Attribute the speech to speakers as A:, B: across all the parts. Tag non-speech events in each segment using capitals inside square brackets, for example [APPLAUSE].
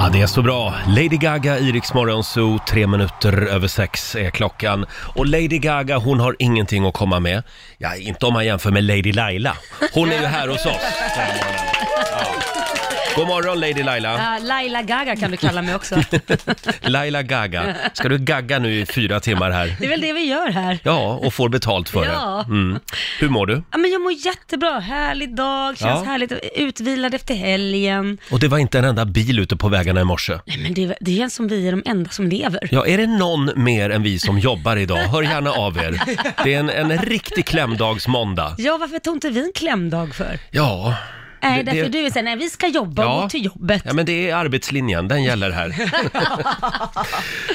A: Ja, det är så bra. Lady Gaga i Rix Morgon Zoo, tre minuter över sex är klockan. Och Lady Gaga, hon har ingenting att komma med. Ja, inte om man jämför med Lady Laila. Hon är ju här hos oss. Ja. God morgon Lady Laila.
B: Ja, Laila Gaga kan du kalla mig också.
A: Laila Gaga. Ska du gagga nu i fyra timmar här?
B: Det är väl det vi gör här.
A: Ja, och får betalt för
B: Ja.
A: det. Mm. Hur mår du?
B: Ja, men jag mår jättebra, härlig dag, känns
A: Ja.
B: härligt, utvilad efter helgen.
A: Och det var inte en enda bil ute på vägarna i morse.
B: Nej, men det, det känns som vi är de enda som lever.
A: Ja, är det någon mer än vi som jobbar idag? Hör gärna av er. Det är en, en riktig klämdagsmåndag.
B: Ja, varför tog inte vi en klämdag för?
A: Ja.
B: Nej,
A: Det-
B: därför
A: det-
B: du är såhär, nej vi ska jobba och gå till jobbet.
A: ja, men det är arbetslinjen, den gäller
B: [LAUGHS]
A: här.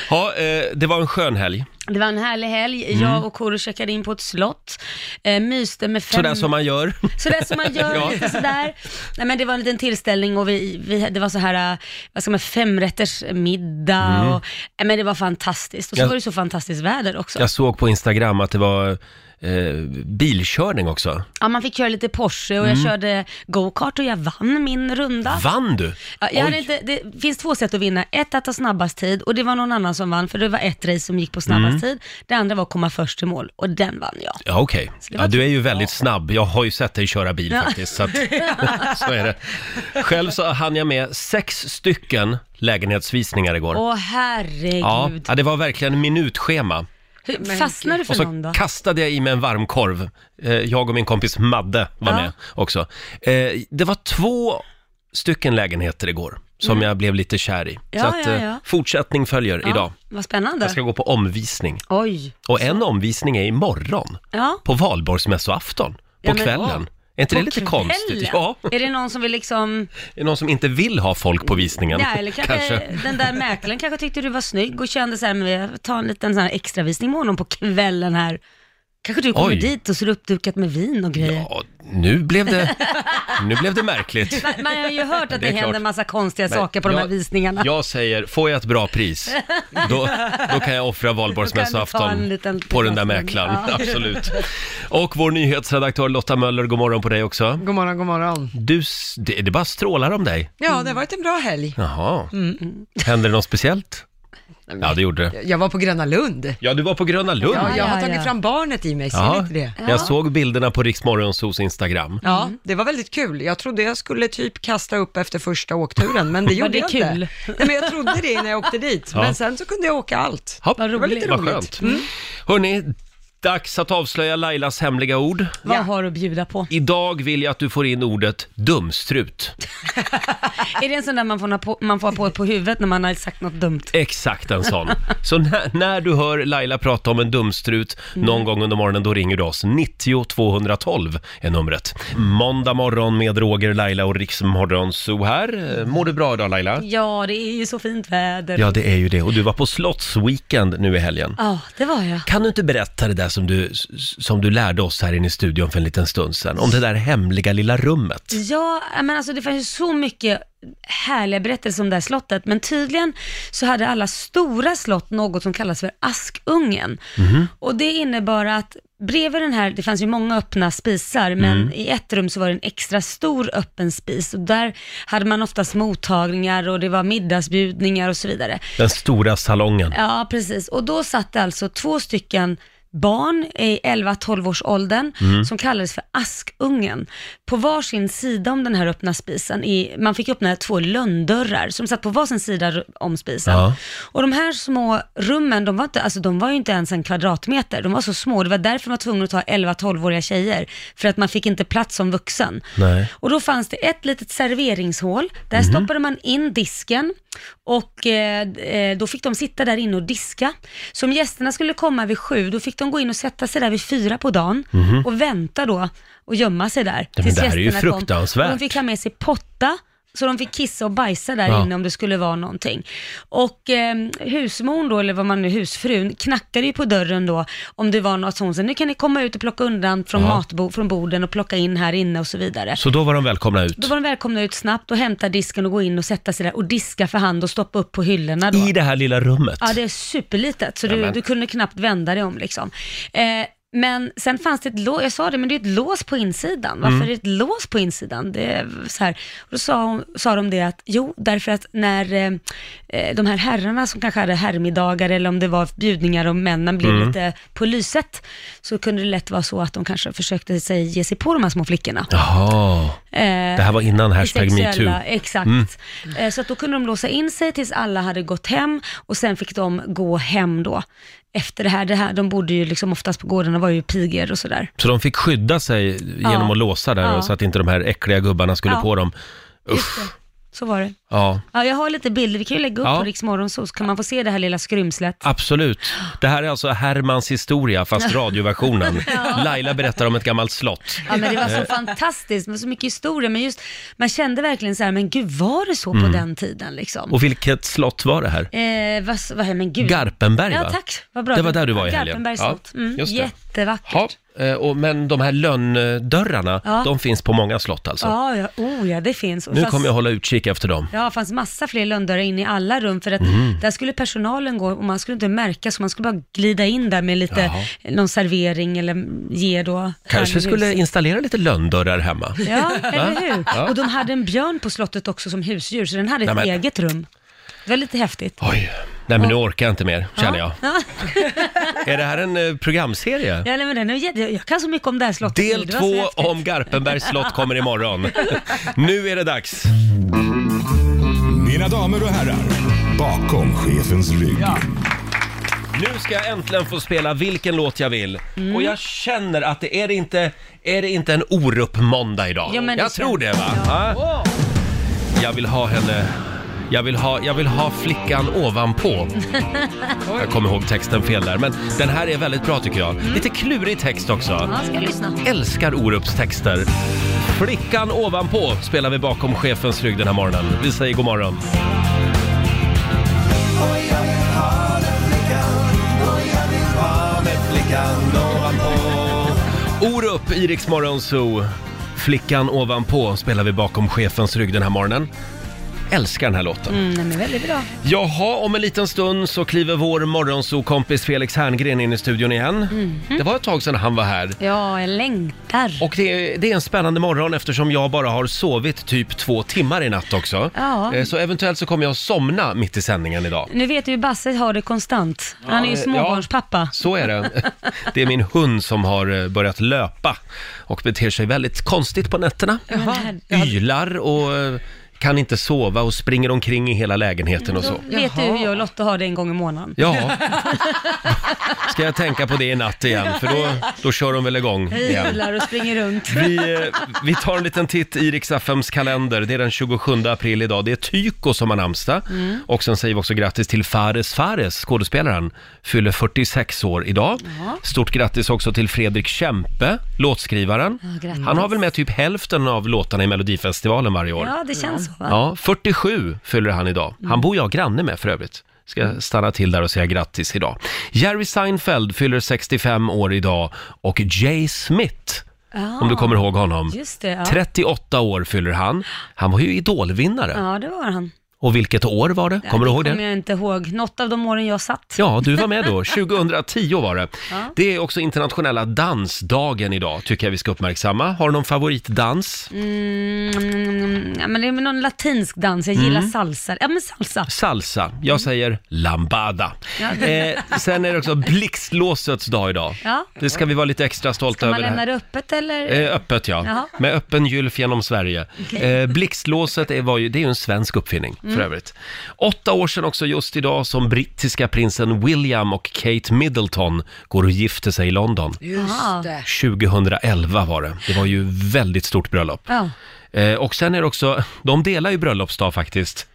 A: ja, eh, det var en skön helg.
B: Det var en härlig helg,
A: Mm.
B: jag och Koro checkade in på ett slott, eh, myste med fem...
A: Sådär som man gör.
B: Sådär som man
A: [LAUGHS]
B: gör,
A: Ja.
B: lite sådär. Nej men det var en liten tillställning och vi, vi, det var så här, eh, vad ska man, femrätters middag
A: Mm.
B: och, nej men det var fantastiskt. Och så
A: Jag-
B: var det så fantastiskt väder också.
A: Jag såg på Instagram att det var eh, bilkörning också.
B: Ja, man fick köra lite Porsche och
A: Mm.
B: jag körde go-kart och jag vann min runda.
A: Vann du?
B: Ja, jag hade
A: Oj.
B: inte, det finns två sätt att vinna. Ett att ta snabbast tid och det var någon annan som vann för det var ett race som gick på snabbast
A: Mm.
B: tid. Det andra var att komma först till mål och den vann jag.
A: Ja, okej.
B: det
A: Ja,
B: var- typ-
A: du är ju väldigt snabb. Jag har ju sett dig köra bil
B: Ja.
A: faktiskt,
B: [LAUGHS]
A: så, att, så är det. Själv så hann jag med sex stycken lägenhetsvisningar igår.
B: Åh herregud.
A: ja, det var verkligen minutschema.
B: Hur, fastnade du för
A: Och så
B: någon då?
A: kastade jag i mig en varmkorv. Eh, Jag och min kompis Madde var
B: Ja.
A: med också. Eh, Det var två stycken lägenheter igår som
B: Mm.
A: jag blev lite kär i.
B: Ja,
A: så att,
B: ja,
A: eh,
B: ja.
A: fortsättning följer
B: Ja,
A: idag.
B: Vad spännande.
A: Jag ska gå på omvisning.
B: Oj.
A: Och en omvisning är imorgon,
B: Ja.
A: på valborgsmässoafton, på
B: Ja, men-
A: kvällen. Är inte
B: På
A: det lite
B: kvällen?
A: konstigt? Ja.
B: Är det någon som vill liksom,
A: Är det någon som inte vill ha folk på visningen?
B: ja, eller kanske, den där mäklaren kanske tyckte du var snygg och kände så här, men jag tar en liten sån här extravisning med honom på kvällen här. Kanske du kommer
A: Oj.
B: dit och så är det uppdukat med vin och grejer.
A: Ja, nu blev
B: [LAUGHS]
A: det, nu blev det märkligt.
B: Man, man har ju hört
A: Det är
B: att det, händer
A: klart.
B: massa konstiga
A: Nej,
B: saker på de
A: jag-
B: här visningarna.
A: Jag säger, får jag ett bra pris, då, då kan jag offra
B: Då kan du ta en
A: valborgsmässoafton
B: liten-
A: på den där mäklaren.
B: Ja.
A: Absolut. Och vår nyhetsredaktör Lotta Möller, god morgon på dig också.
C: God morgon, god morgon.
A: Du, s- det, det bara strålar om dig.
C: Ja, det har varit en bra helg.
A: Jaha,
C: Mm.
A: hände det något speciellt? Ja, det gjorde det.
C: Jag var på Gröna Lund.
A: Ja, du var på Gröna Lund.
C: Ja, Mm. jag har
B: ja,
C: tagit
B: ja.
C: fram barnet i mig, ser ni
A: Ja,
C: inte det?
A: jag såg bilderna på Riksmorgonsos Instagram.
C: Ja, det var väldigt kul. Jag trodde jag skulle typ kasta upp efter första åkturen, [LAUGHS] men det
B: Var
C: gjorde
B: det
C: jag
B: kul?
C: inte. Nej, men jag trodde det när jag åkte dit,
A: Ja.
C: men sen så kunde jag åka allt.
A: Hopp,
C: Det var lite
A: Vad
C: roligt.
A: skönt.
C: Mm.
A: Hörni, dags att avslöja Lailas hemliga ord.
B: Vad har du att bjuda på?
A: Idag vill jag att du får in ordet dumstrut.
B: Är det en sån där man får, ha på, man får ha på, på huvudet när man har sagt något dumt?
A: Exakt en sån. Så när, när du hör Laila prata om en dumstrut någon gång under morgonen, då ringer du oss. 90 212 är numret. Måndag morgon med Roger, Laila och Riksmorgon så här. Eh, Mår du bra idag Laila?
B: Ja, det är ju så fint väder.
A: Ja, det är ju det. Och du var på Slottsweekend nu i helgen.
B: Ja, det var jag.
A: Kan du inte berätta det där som du, s- som du lärde oss här inne i studion för en liten stund sedan? Om det där hemliga lilla rummet.
B: Ja, men alltså det fanns ju så mycket härliga berättelser om det här slottet, men tydligen så hade alla stora slott något som kallas för Askungen. Och det innebar att bredvid den här, det fanns ju många öppna spisar, men
D: Mm.
B: i ett rum så var det en extra stor öppen spis och där hade man oftast mottagningar och det var middagsbjudningar och så vidare.
A: Den stora salongen.
B: Ja, precis. Och då satt det alltså två stycken barn i 11-12 års åldern
D: Mm.
B: som kallades för askungen. På varsin sida om den här öppna spisen, i, man fick öppna två lönndörrar som satt på varsin sida ru- om spisen.
D: Ja.
B: Och de här små rummen, de var, inte, alltså, de var ju inte ens en kvadratmeter, de var så små. Det var därför de var tvungna att ta 11-12-åriga tjejer, för att man fick inte plats som vuxen.
D: Nej.
B: Och då fanns det ett litet serveringshål. Där
D: Mhm.
B: stoppade man in disken och eh, eh, då fick de sitta där inne och diska. Så om gästerna skulle komma vid sju, då fick de gå in och sätta sig där vid fyra på dagen
A: Mhm.
B: och vänta då och gömma sig där.
A: men
B: tills
A: det här är ju
B: gästerna kom.
A: fruktansvärt.
B: Och de fick ha med sig potta, så de fick kissa och bajsa där
A: Ja.
B: inne om det skulle vara någonting. Och eh, husmon då, eller vad man nu, husfrun, knackade ju på dörren då om det var något sånt. Så nu kan ni komma ut och plocka undan från
A: Ja.
B: matbo- från borden och plocka in här inne och så vidare.
A: Så då var de välkomna ut.
B: Då var de välkomna ut snabbt och hämta disken och gå in och sätta sig där och diska för hand och stoppa upp på hyllorna då.
A: I det här lilla rummet.
B: Ja, det är superlitet, så du,
A: Nämen.
B: du kunde knappt vända dig om liksom. Eh, Men sen fanns det ett lås, jag sa det, men det är ett lås på insidan. Varför är det ett lås på insidan? Det är så här. Och då sa, hon, sa de det att, jo, därför att när eh, eh, de här herrarna som kanske hade herrmiddagar eller om det var bjudningar och männen blev lite på lyset, så kunde det lätt vara så att de kanske försökte sig, ge sig på de här små flickorna.
A: Jaha,
B: Eh,
A: det här var innan hashtag Mm.
B: sexuella,
A: metoo.
B: Exakt. Eh, Så att då kunde de låsa in sig tills alla hade gått hem och sen fick de gå hem då. Efter det här, det här de bodde ju liksom oftast på gården och var ju piger och sådär.
A: Så de fick skydda sig genom
B: Ja.
A: att låsa där
B: Ja.
A: så att inte de här äckliga gubbarna skulle
B: Ja.
A: på dem.
B: Just det. Så var det.
A: Ja,
B: Ja, jag har lite bilder, vi kan ju lägga upp
A: Ja.
B: på Rix Morgonzoo, så kan man få se det här lilla skrymslet.
A: absolut. Det här är alltså Hermans historia, fast
B: [LAUGHS]
A: radioversionen. Laila berättar om ett gammalt slott.
B: Ja, men det var
A: Eh.
B: så fantastiskt, med så mycket historia, men just, man kände verkligen så här, men gud var det så
A: Mm.
B: på den tiden liksom?
A: Och vilket slott var det här?
B: Eh, vad, vad, men gud.
A: Garpenberg, va?
B: Ja, tack. Vad bra.
A: Det var där du var i helgen.
B: Garpenbergs
A: Ja,
B: slott. Mm,
A: just det.
B: Jättevackert.
A: Ja, eh, och, men de här lönndörrarna,
B: Ja.
A: de finns på många slott alltså.
B: Ja, ja, oh, ja det finns. Och
A: Nu
B: fast-
A: kommer jag hålla utkik efter dem.
B: Ja, det fanns massa fler lönndörrar in i alla rum för att
A: Mm.
B: där skulle personalen gå och man skulle inte märka så man skulle bara glida in där med lite,
A: Jaha.
B: någon servering eller ge då.
A: Kanske
B: stjärnljus.
A: skulle installera lite lönndörrar hemma.
B: Ja, eller hur?
A: Ja.
B: Och de hade en björn på slottet också som husdjur så den hade ett
A: Nej, men-
B: eget rum. Det var lite häftigt.
A: Oj, nej men nu orkar jag inte mer, känner jag.
B: Ja,
A: Är det här en eh, programserie?
B: ja nej, men den är jätte... Jag kan så mycket om det här slottet. nu,
A: Del
B: det var
A: två
B: så häftigt.
A: om Garpenbergs slott kommer imorgon. nu är det dags.
D: Mina damer och herrar, bakom chefens rygg.
A: Nu ska jag äntligen få spela vilken låt jag vill.
B: Mm.
A: Och jag känner att det är det inte, är det inte en Orup-måndag idag?
B: Ja, men det
A: jag
B: känns-
A: tror det va? Ja. Jag vill ha henne... Jag vill ha, jag vill ha flickan
B: [LAUGHS]
A: ovanpå. jag kommer ihåg texten fel där, men den här är väldigt bra tycker jag. Lite klurig text också.
B: Mm. Ja, ska jag lyssna.
A: Älskar Orups texter. Flickan ovanpå spelar vi bakom chefens rygg den här morgonen. Vi säger god morgon. Orup, i Rix Morgon Zoo. Flickan ovanpå spelar vi bakom chefens rygg den här morgonen. Älskar den här låten.
B: Mm, den är väldigt bra.
A: Jaha, om en liten stund så kliver vår morgonsokompis Felix Herngren in i studion igen. Det var ett tag sedan han var här.
B: Ja, jag längtar.
A: Och det är, det är en spännande morgon eftersom jag bara har sovit typ två timmar i natt också.
B: Ja.
A: Eh, Så eventuellt så kommer jag att somna mitt i sändningen idag.
B: Nu vet du ju Basse har det konstant. Han är ju
A: Ja, eh,
B: småbarnspappa.
A: Så är det. Det är min hund som har eh, börjat löpa och beter sig väldigt konstigt på nätterna.
B: Men här-
A: Ylar och eh, kan inte sova och springer omkring i hela lägenheten och så.
B: Då vet du hur jag och Lotta har det en gång i månaden.
A: Ja, ska jag tänka på det i natt igen för då, då kör de väl igång igen.
B: Ylar och springer runt.
A: Vi, eh, vi tar en liten titt i Rix FMs kalender. Det är den 27 april idag. Det är Tyko som har namnsdag.
B: Mm.
A: Och sen säger vi också grattis till Fares Fares, skådespelaren. Fyller 46 år idag. Stort grattis också till Fredrik Kempe, låtskrivaren.
B: Ja, grattis.
A: Han har väl med typ hälften av låtarna i Melodifestivalen varje år.
B: Ja, Mm. det känns så. Va?
A: Ja, 47 fyller han idag. Han bor jag granne med för övrigt.
B: Mm.
A: Ska stanna till där och säga grattis idag. Jerry Seinfeld fyller 65 år idag och Jay Smith,
B: Ja.
A: om du kommer ihåg honom.
B: Ah, Just det, ja.
A: 38 år fyller han. Han var ju idolvinnare.
B: ja det var han.
A: Och vilket år var det? Kommer du ihåg det?
B: Kommer jag inte ihåg. Något av de åren jag satt.
A: Ja, du var med
B: [LAUGHS]
A: då. 2010 var det. Det är också internationella dansdagen idag, tycker jag vi ska uppmärksamma. Har du någon favoritdans?
B: Mm, ja, men det är väl någon latinsk dans, jag
A: Mm.
B: gillar salsa. Ja men salsa.
A: Salsa.
B: Mm.
A: Jag säger lambada. Eh, sen är det också blixtlåsets dag idag.
B: Ja.
A: Det ska vi vara lite extra stolta
B: Kan man
A: över. det
B: lämna
A: här.
B: det öppet eller?
A: Eh, öppet ja,
B: Jaha.
A: med öppen gylf genom Sverige. Eh, blixtlåset är, var ju, det är ju en svensk uppfinning
B: Mm.
A: för övrigt. Åtta år sedan också just idag som brittiska prinsen William och Kate Middleton går och gifter sig i London.
B: Aha.
C: Just det.
A: 2011 var det. Det var ju väldigt stort bröllop.
B: Ja.
A: Eh, och sen är det också, [LAUGHS] de delar ju bröllopsdag faktiskt.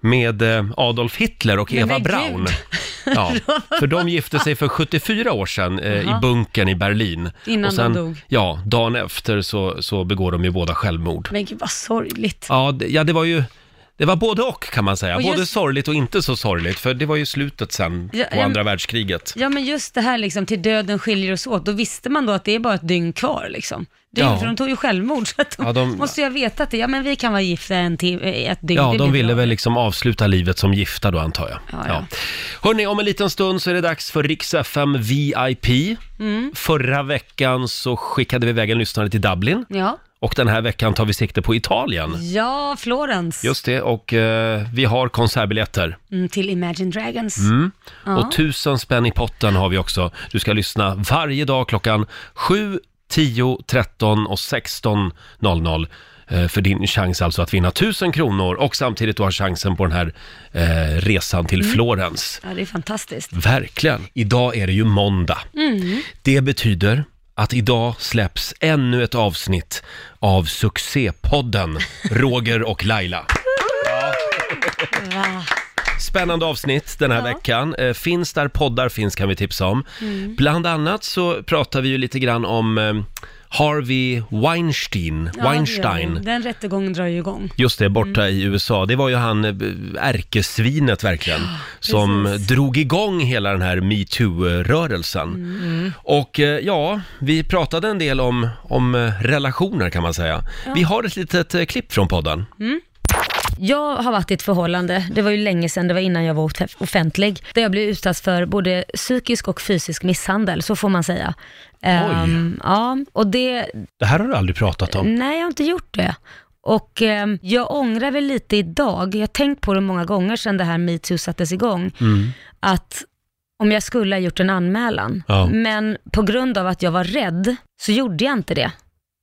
A: Med eh, Adolf Hitler och Eva
B: men gud.
A: Braun.
B: [LAUGHS]
A: Ja, för de gifte sig för 74 år sedan eh, i
B: Jaha.
A: bunkern i Berlin.
B: Innan
A: och
B: de
A: sen,
B: dog.
A: Ja, dagen efter så, så begår de ju båda självmord.
B: Men gud vad sorgligt.
A: Ja det, ja, det var ju... Det var både och kan man säga.
B: Och just-
A: Både sorgligt och inte så sorgligt. För det var ju slutet sen
B: Ja,
A: på
B: ja,
A: andra världskriget.
B: Ja men just det här liksom, till döden skiljer oss åt, då visste man då att det är bara ett dygn kvar liksom. Dygn,
A: Ja.
B: för de tog ju självmord, så att de,
A: Ja, de-
B: måste ju ha vetat det. Ja men vi kan vara gifta en tim- eh, ett dygn.
A: Ja,
B: det
A: de
B: blir
A: ville
B: bra.
A: väl liksom avsluta livet som gifta då antar jag.
B: Ja, ja.
A: Hörni, om en liten stund så är det dags för Rix FM VIP.
B: Mm.
A: Förra veckan så skickade vi iväg en lyssnare till Dublin.
B: Ja,
A: Och den här veckan tar vi sikte på Italien.
B: ja Florens.
A: Just det, och eh, vi har konsertbiljetter.
B: Mm, till Imagine Dragons.
A: Mm.
B: Ja.
A: Och tusen spänn i potten har vi också. Du ska lyssna varje dag klockan 7, 10, 13 och 16.00 eh, för din chans alltså att vinna tusen kronor och samtidigt du har chansen på den här eh, resan till Florens.
B: Ja, det är fantastiskt.
A: Verkligen. Idag är det ju måndag. Det betyder att idag släpps ännu ett avsnitt av
B: [LAUGHS]
A: succépodden Roger och Laila.
B: Va?
A: Spännande avsnitt den här veckan. Eh, Finns där poddar finns kan vi tipsa om.
B: Mm.
A: Bland annat så pratar vi ju lite grann om eh, Harvey Weinstein.
B: Ja, det gör
A: Weinstein.
B: det. Den rättegången drar ju igång.
A: Just det, borta
E: Mm.
A: i USA. Det var ju han eh, ärkesvinet verkligen som drog igång hela den här metoo-rörelsen.
E: Mm.
A: Och eh, ja, vi pratade en del om, om eh, relationer kan man säga. Vi har ett litet eh, klipp från podden.
E: Jag har varit i ett förhållande, det var ju länge sedan, det var innan jag var off- offentlig, där jag blev utsatt för både psykisk och fysisk misshandel, så får man säga. Ehm, ja, och det,
A: Det här har du aldrig pratat om.
E: nej jag har inte gjort det. Och ehm, jag ångrar väl lite idag, jag har tänkt på det många gånger sedan det här metoo sattes igång, att om jag skulle ha gjort en anmälan,
A: Ja.
E: men på grund av att jag var rädd så gjorde jag inte det.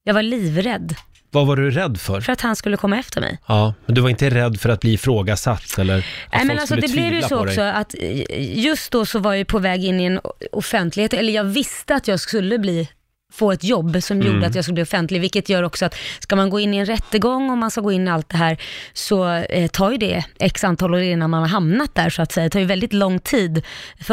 E: Jag var livrädd
A: Vad var du rädd för?
E: för att han skulle komma efter mig.
A: Ja, men du var inte rädd för att bli ifrågasatt eller att
E: Nej,
A: folk
E: men alltså,
A: skulle
E: det blev ju
A: tvivla
E: så
A: på
E: också
A: dig?
E: att eh, just då så var jag ju på väg in i en o- offentlighet, eller jag visste att jag skulle bli få ett jobb som
A: Mm.
E: gjorde att jag skulle bli offentlig, vilket gör också att ska man gå in i en rättegång och man ska gå in i allt det här så eh, tar ju det x antal år innan man har hamnat där så att säga. Det tar ju väldigt lång tid,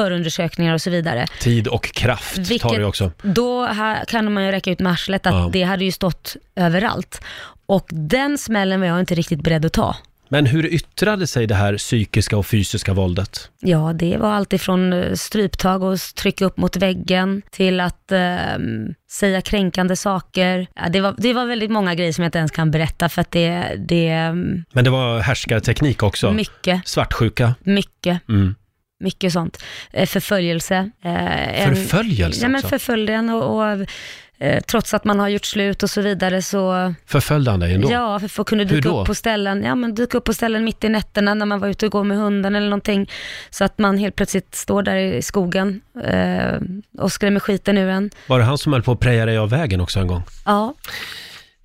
E: förundersökningar och så vidare.
A: Tid och kraft tar det också.
E: Då ha, kan man ju räcka ut med arslet att
A: Ja.
E: det hade ju stått överallt. Och den smällen var jag inte riktigt beredd att ta.
A: Men hur yttrade sig det här psykiska och fysiska våldet?
E: Ja, det var allt ifrån eh, stryptag och trycka upp mot väggen till att ehm, säga kränkande saker. Ja, det, var, det var väldigt många grejer som jag inte ens kan berätta för att det, det är mm,
A: Men det var härskarteknik också.
E: mycket,
A: Svartsjuka.
E: mycket,
A: Mm.
E: mycket sånt. Eh, Förföljelse. eh, en-
A: Förföljelse alltså?
E: Ja, men
A: också.
E: förföljen och, och eh, trots att man har gjort slut och så vidare så
A: Förföljde han dig ändå?
E: Ja, för, för kunde
A: Hur
E: dyka
A: då?
E: upp på ställen, ja men dyka upp på ställen mitt i nätterna när man var ute och går med hunden eller någonting. Så att man helt plötsligt står där i skogen eh, och skrämmer skiten ur en.
A: Var det han som höll på att preja dig av vägen också en gång?
E: Ja,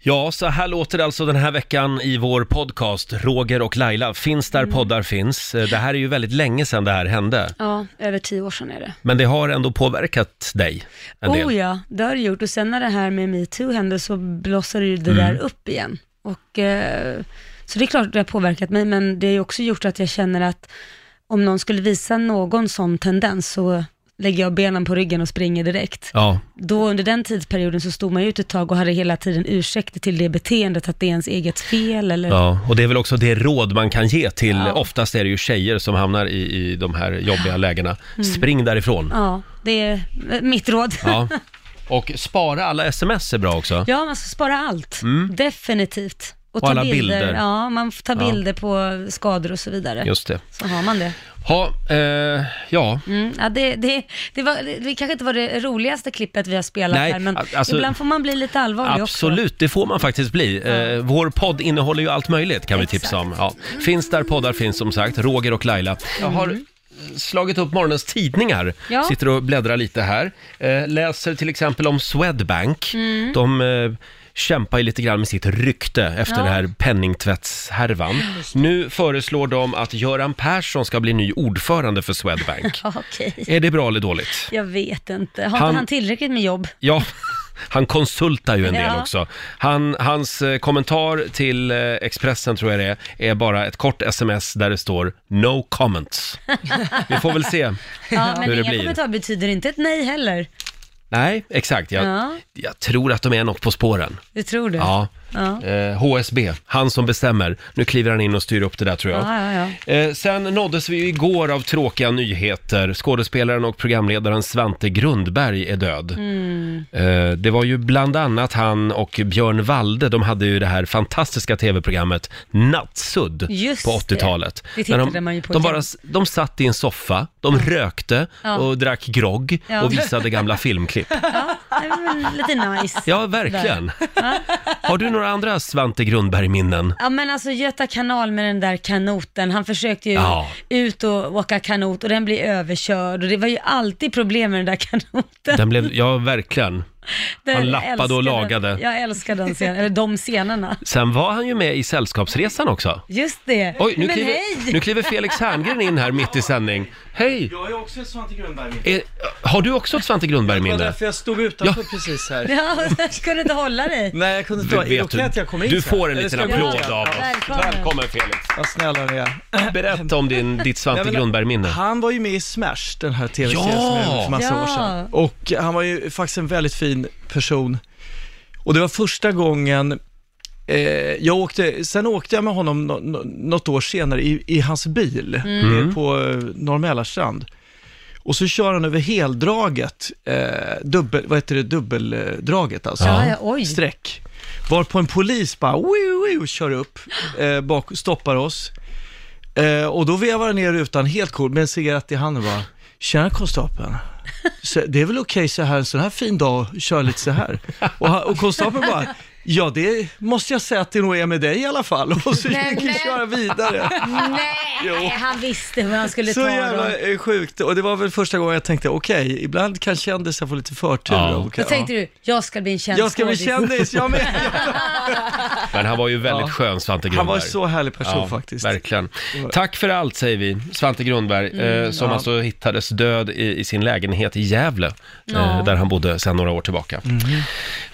A: Ja, så här låter det alltså den här veckan i vår podcast Roger och Laila. Finns där poddar finns. Eh, Det här är ju väldigt länge sedan det här hände.
B: Ja, över tio år sedan är det.
A: Men det har ändå påverkat dig en del.
B: Oh ja, det har det gjort. Och sen när det här med metoo hände så blossade ju det
A: Mm.
B: där upp igen. Och, eh, så det är klart att det har påverkat mig, men det har ju också gjort att jag känner att om någon skulle visa någon sån tendens så lägger jag benen på ryggen och springer direkt.
A: Ja,
B: Då under den tidsperioden så stod man ju ut ett tag och hade hela tiden ursäkter till det beteendet, att det är ens eget fel eller...
A: ja, och det är väl också det råd man kan ge till, oftast är det ju tjejer som hamnar i, i de här jobbiga lägena. Spring därifrån.
B: Ja, det är eh, mitt råd.
A: Ja. Och spara alla sms är bra också.
B: [LAUGHS] Ja, man ska spara allt. Definitivt. Och,
A: Mm. alla bilder.
B: Ja, man får ta bilder på skador och så vidare.
A: Just det.
B: Så har man det.
A: Ha, eh, ja,
B: Mm, ja, det, det, det, var, det, det kanske inte var det roligaste klippet vi har spelat
A: Nej,
B: här, men
A: a- alltså-
B: ibland får man bli lite allvarlig också.
A: Absolut, det får man faktiskt bli. Eh, vår podd innehåller ju allt möjligt kan vi tipsa om. Ja.
B: Mm.
A: Finns där poddar finns som sagt, Roger och Laila. Jag har slagit upp morgonens tidningar,
B: Ja.
A: sitter och bläddrar lite här. Eh, läser till exempel om Swedbank.
B: Mm.
A: De eh, kämpar ju lite grann med sitt rykte efter den här penningtvättshärvan. Nu föreslår de att Göran Persson ska bli ny ordförande för
B: [LAUGHS]
A: Swedbank.
B: [LAUGHS] Ja, Okej,
A: Är det bra eller dåligt?
B: jag vet inte. Har
A: Han-
B: inte han tillräckligt med
A: [LAUGHS]
B: jobb?
A: Ja, han konsultar ju en del
B: Ja.
A: också. Han, hans eh, kommentar till eh, Expressen, tror jag det är, är bara ett kort sms där det står “No
B: [LAUGHS]
A: comments”. Vi får väl se.
B: Ja, men
A: Hur det
B: inga
A: blir.
B: kommentarer betyder inte ett nej heller.
A: Nej, exakt. Jag,
B: Ja.
A: jag tror att de är något på spåren.
B: Det tror du?
A: Ja,
B: Ja.
A: Eh, HSB, han som bestämmer. Nu kliver han in och styr upp det där tror jag.
B: Ja, ja, ja.
A: Eh, sen nåddes vi ju igår av tråkiga nyheter. Skådespelaren och programledaren Svante Grundberg är död.
B: Mm.
A: Eh, det var ju bland annat han och Björn Walde, de hade ju det här fantastiska tv-programmet Nattsudd
B: Just
A: på
B: det.
A: 80-talet.
B: Det tittade
A: När de,
B: man ju på
A: de,
B: igen.
A: bara, s- de satt i en soffa, de rökte
B: Ja.
A: och drack grogg
B: Ja.
A: och visade gamla filmklipp.
B: Det är väl lite nice.
A: Ja, verkligen. Har du några andra Svante Grundberg-minnen?
B: Ja men alltså Göta kanal med den där kanoten, han försökte ju
A: Ja.
B: ut och åka kanot och den blir överkörd och det var ju alltid problem med den där kanoten.
A: Den blev, ja, verkligen.
B: Den
A: han lappade och
B: älskar den.
A: lagade.
B: Jag älskar den scenen, eller de scenerna.
A: Sen var han ju med i Sällskapsresan också.
B: Just det.
A: Oj, nu
B: men
A: kliver,
B: hej!
A: nu kliver Felix Herngren in här mitt i sändning. Hej!
F: Jag är också ett Svante grundberg minne.
A: Eh, har du också ett Svante
F: Det var
A: Grundberg-minne?
F: därför jag stod utanför
A: [LAUGHS]
F: precis här.
B: Ja, [LAUGHS] jag kunde inte hålla dig.
F: Nej, jag kunde inte.
A: Du,
F: vara- Är det
A: vet
F: okej att jag kom
A: du,
F: in
A: du
F: så här?
A: får en
F: Eller
A: liten
F: ska jag gå
A: applåd
F: in?
A: av oss.
B: Välkommen.
A: Felix!
F: Vad snälla ni är.
A: Berätta om din, ditt Svante
F: Nej, men-
A: Grundberg-minne.
F: Han var ju med i Smash, den här tv-serien
A: Ja!
F: som jag gjorde för massa
B: Ja.
F: år sedan. Och han var ju faktiskt en väldigt fin person. Och det var första gången eh, jag åkte, sen åkte jag med honom no, no, något år senare i, i hans bil
B: Mm.
F: eh, på eh, Norr Mälarstrand. Och så kör han över heldraget, eh, dubbel, vad heter det, dubbeldraget alltså.
B: Ja, ja, oj.
F: Streck. Varpå en polis bara, woo, woo, kör upp, eh, bak, stoppar oss. Eh, och då vevar han ner rutan helt cool med en cigarett i handen bara. Tjena konstapeln. Så Det är väl okej så här, en sån här fin dag, kör lite så här. Och, han- och konstapeln bara, ja det måste jag säga att det nog är med dig i alla fall. Och så
E: Nej,
F: gick vi
E: men-
F: köra vidare.
A: Mm.
E: Nej,
F: Jo.
E: han visste vad han skulle
F: Så
E: ta
F: jävla
E: då.
F: eh, sjukt. Och det var väl första gången jag tänkte, okej, ibland kan kändisar få lite förtur.
A: Ja.
F: Och,
B: Då
F: ja.
B: tänkte du, jag ska bli en känd
F: Jag ska bli
B: skådis.
F: kändis, jag med.
A: [LAUGHS] Men han var ju väldigt
F: Ja.
A: skön, Svante Grundberg.
F: Han var en så härlig person faktiskt.
A: Verkligen. Tack för allt säger vi, Svante Grundberg, eh, som
F: Mm, Ja.
A: alltså hittades död i, i sin lägenhet i Gävle, eh, där han bodde sedan några år tillbaka.
F: Mm.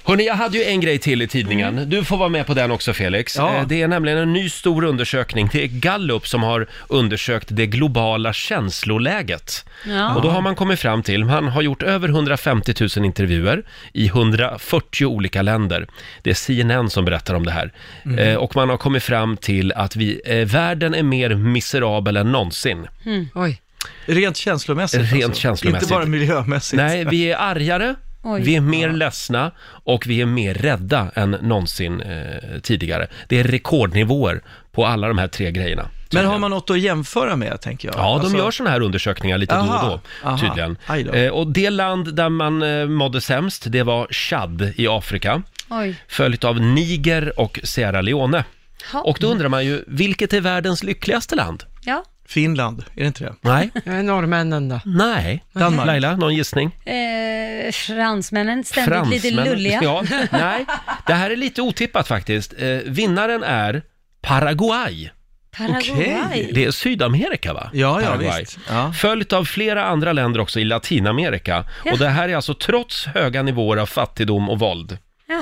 A: Hörni, jag hade ju en grej till i tidningen. Du får vara med på den också Felix.
F: Ja.
A: Eh, det är nämligen en ny stor undersökning. Det är Gallup som har undersökt det globala känsloläget.
B: Ja.
A: Och då har man kommit fram till, han har gjort över 150 000 intervjuer i 140 olika länder. Det är CNN som berättar om det här. Eh, och man har kommit fram till att vi, eh, världen är mer miserabel än någonsin.
C: Oj.
F: Rent känslomässigt. alltså.
A: Rent känslomässigt.
F: Inte bara miljömässigt.
A: Nej, vi är argare,
B: Oj.
A: vi är mer ledsna och vi är mer rädda än någonsin eh, tidigare. Det är rekordnivåer på alla de här tre grejerna.
F: Men har man något att jämföra med, tänker jag?
A: Ja, de
F: Alltså-
A: gör sådana här undersökningar lite
F: Aha,
A: då och då,
F: aha.
A: tydligen.
F: Aj då.
A: Eh, och det land där man eh, mådde sämst, det var Chad i Afrika,
B: Oj.
A: följt av Niger och Sierra Leone.
B: Ja.
A: Och då
F: Mm.
A: undrar man ju, vilket är världens lyckligaste land?
B: Ja.
F: Finland, är det inte det? [LAUGHS]
A: Nej.
C: Jag är norrmännen då.
A: Nej.
F: Danmark.
A: Laila, någon gissning?
B: Eh, fransmännen, ständigt lite lulliga.
A: Ja, nej, det här är lite otippat faktiskt. Eh, vinnaren är Paraguay.
B: Paraguay.
F: Okej.
A: Det är Sydamerika va?
F: Ja, ja,
A: Paraguay.
F: visst. Ja.
A: Följt av flera andra länder också i Latinamerika. Och det här är alltså trots höga nivåer av fattigdom och våld.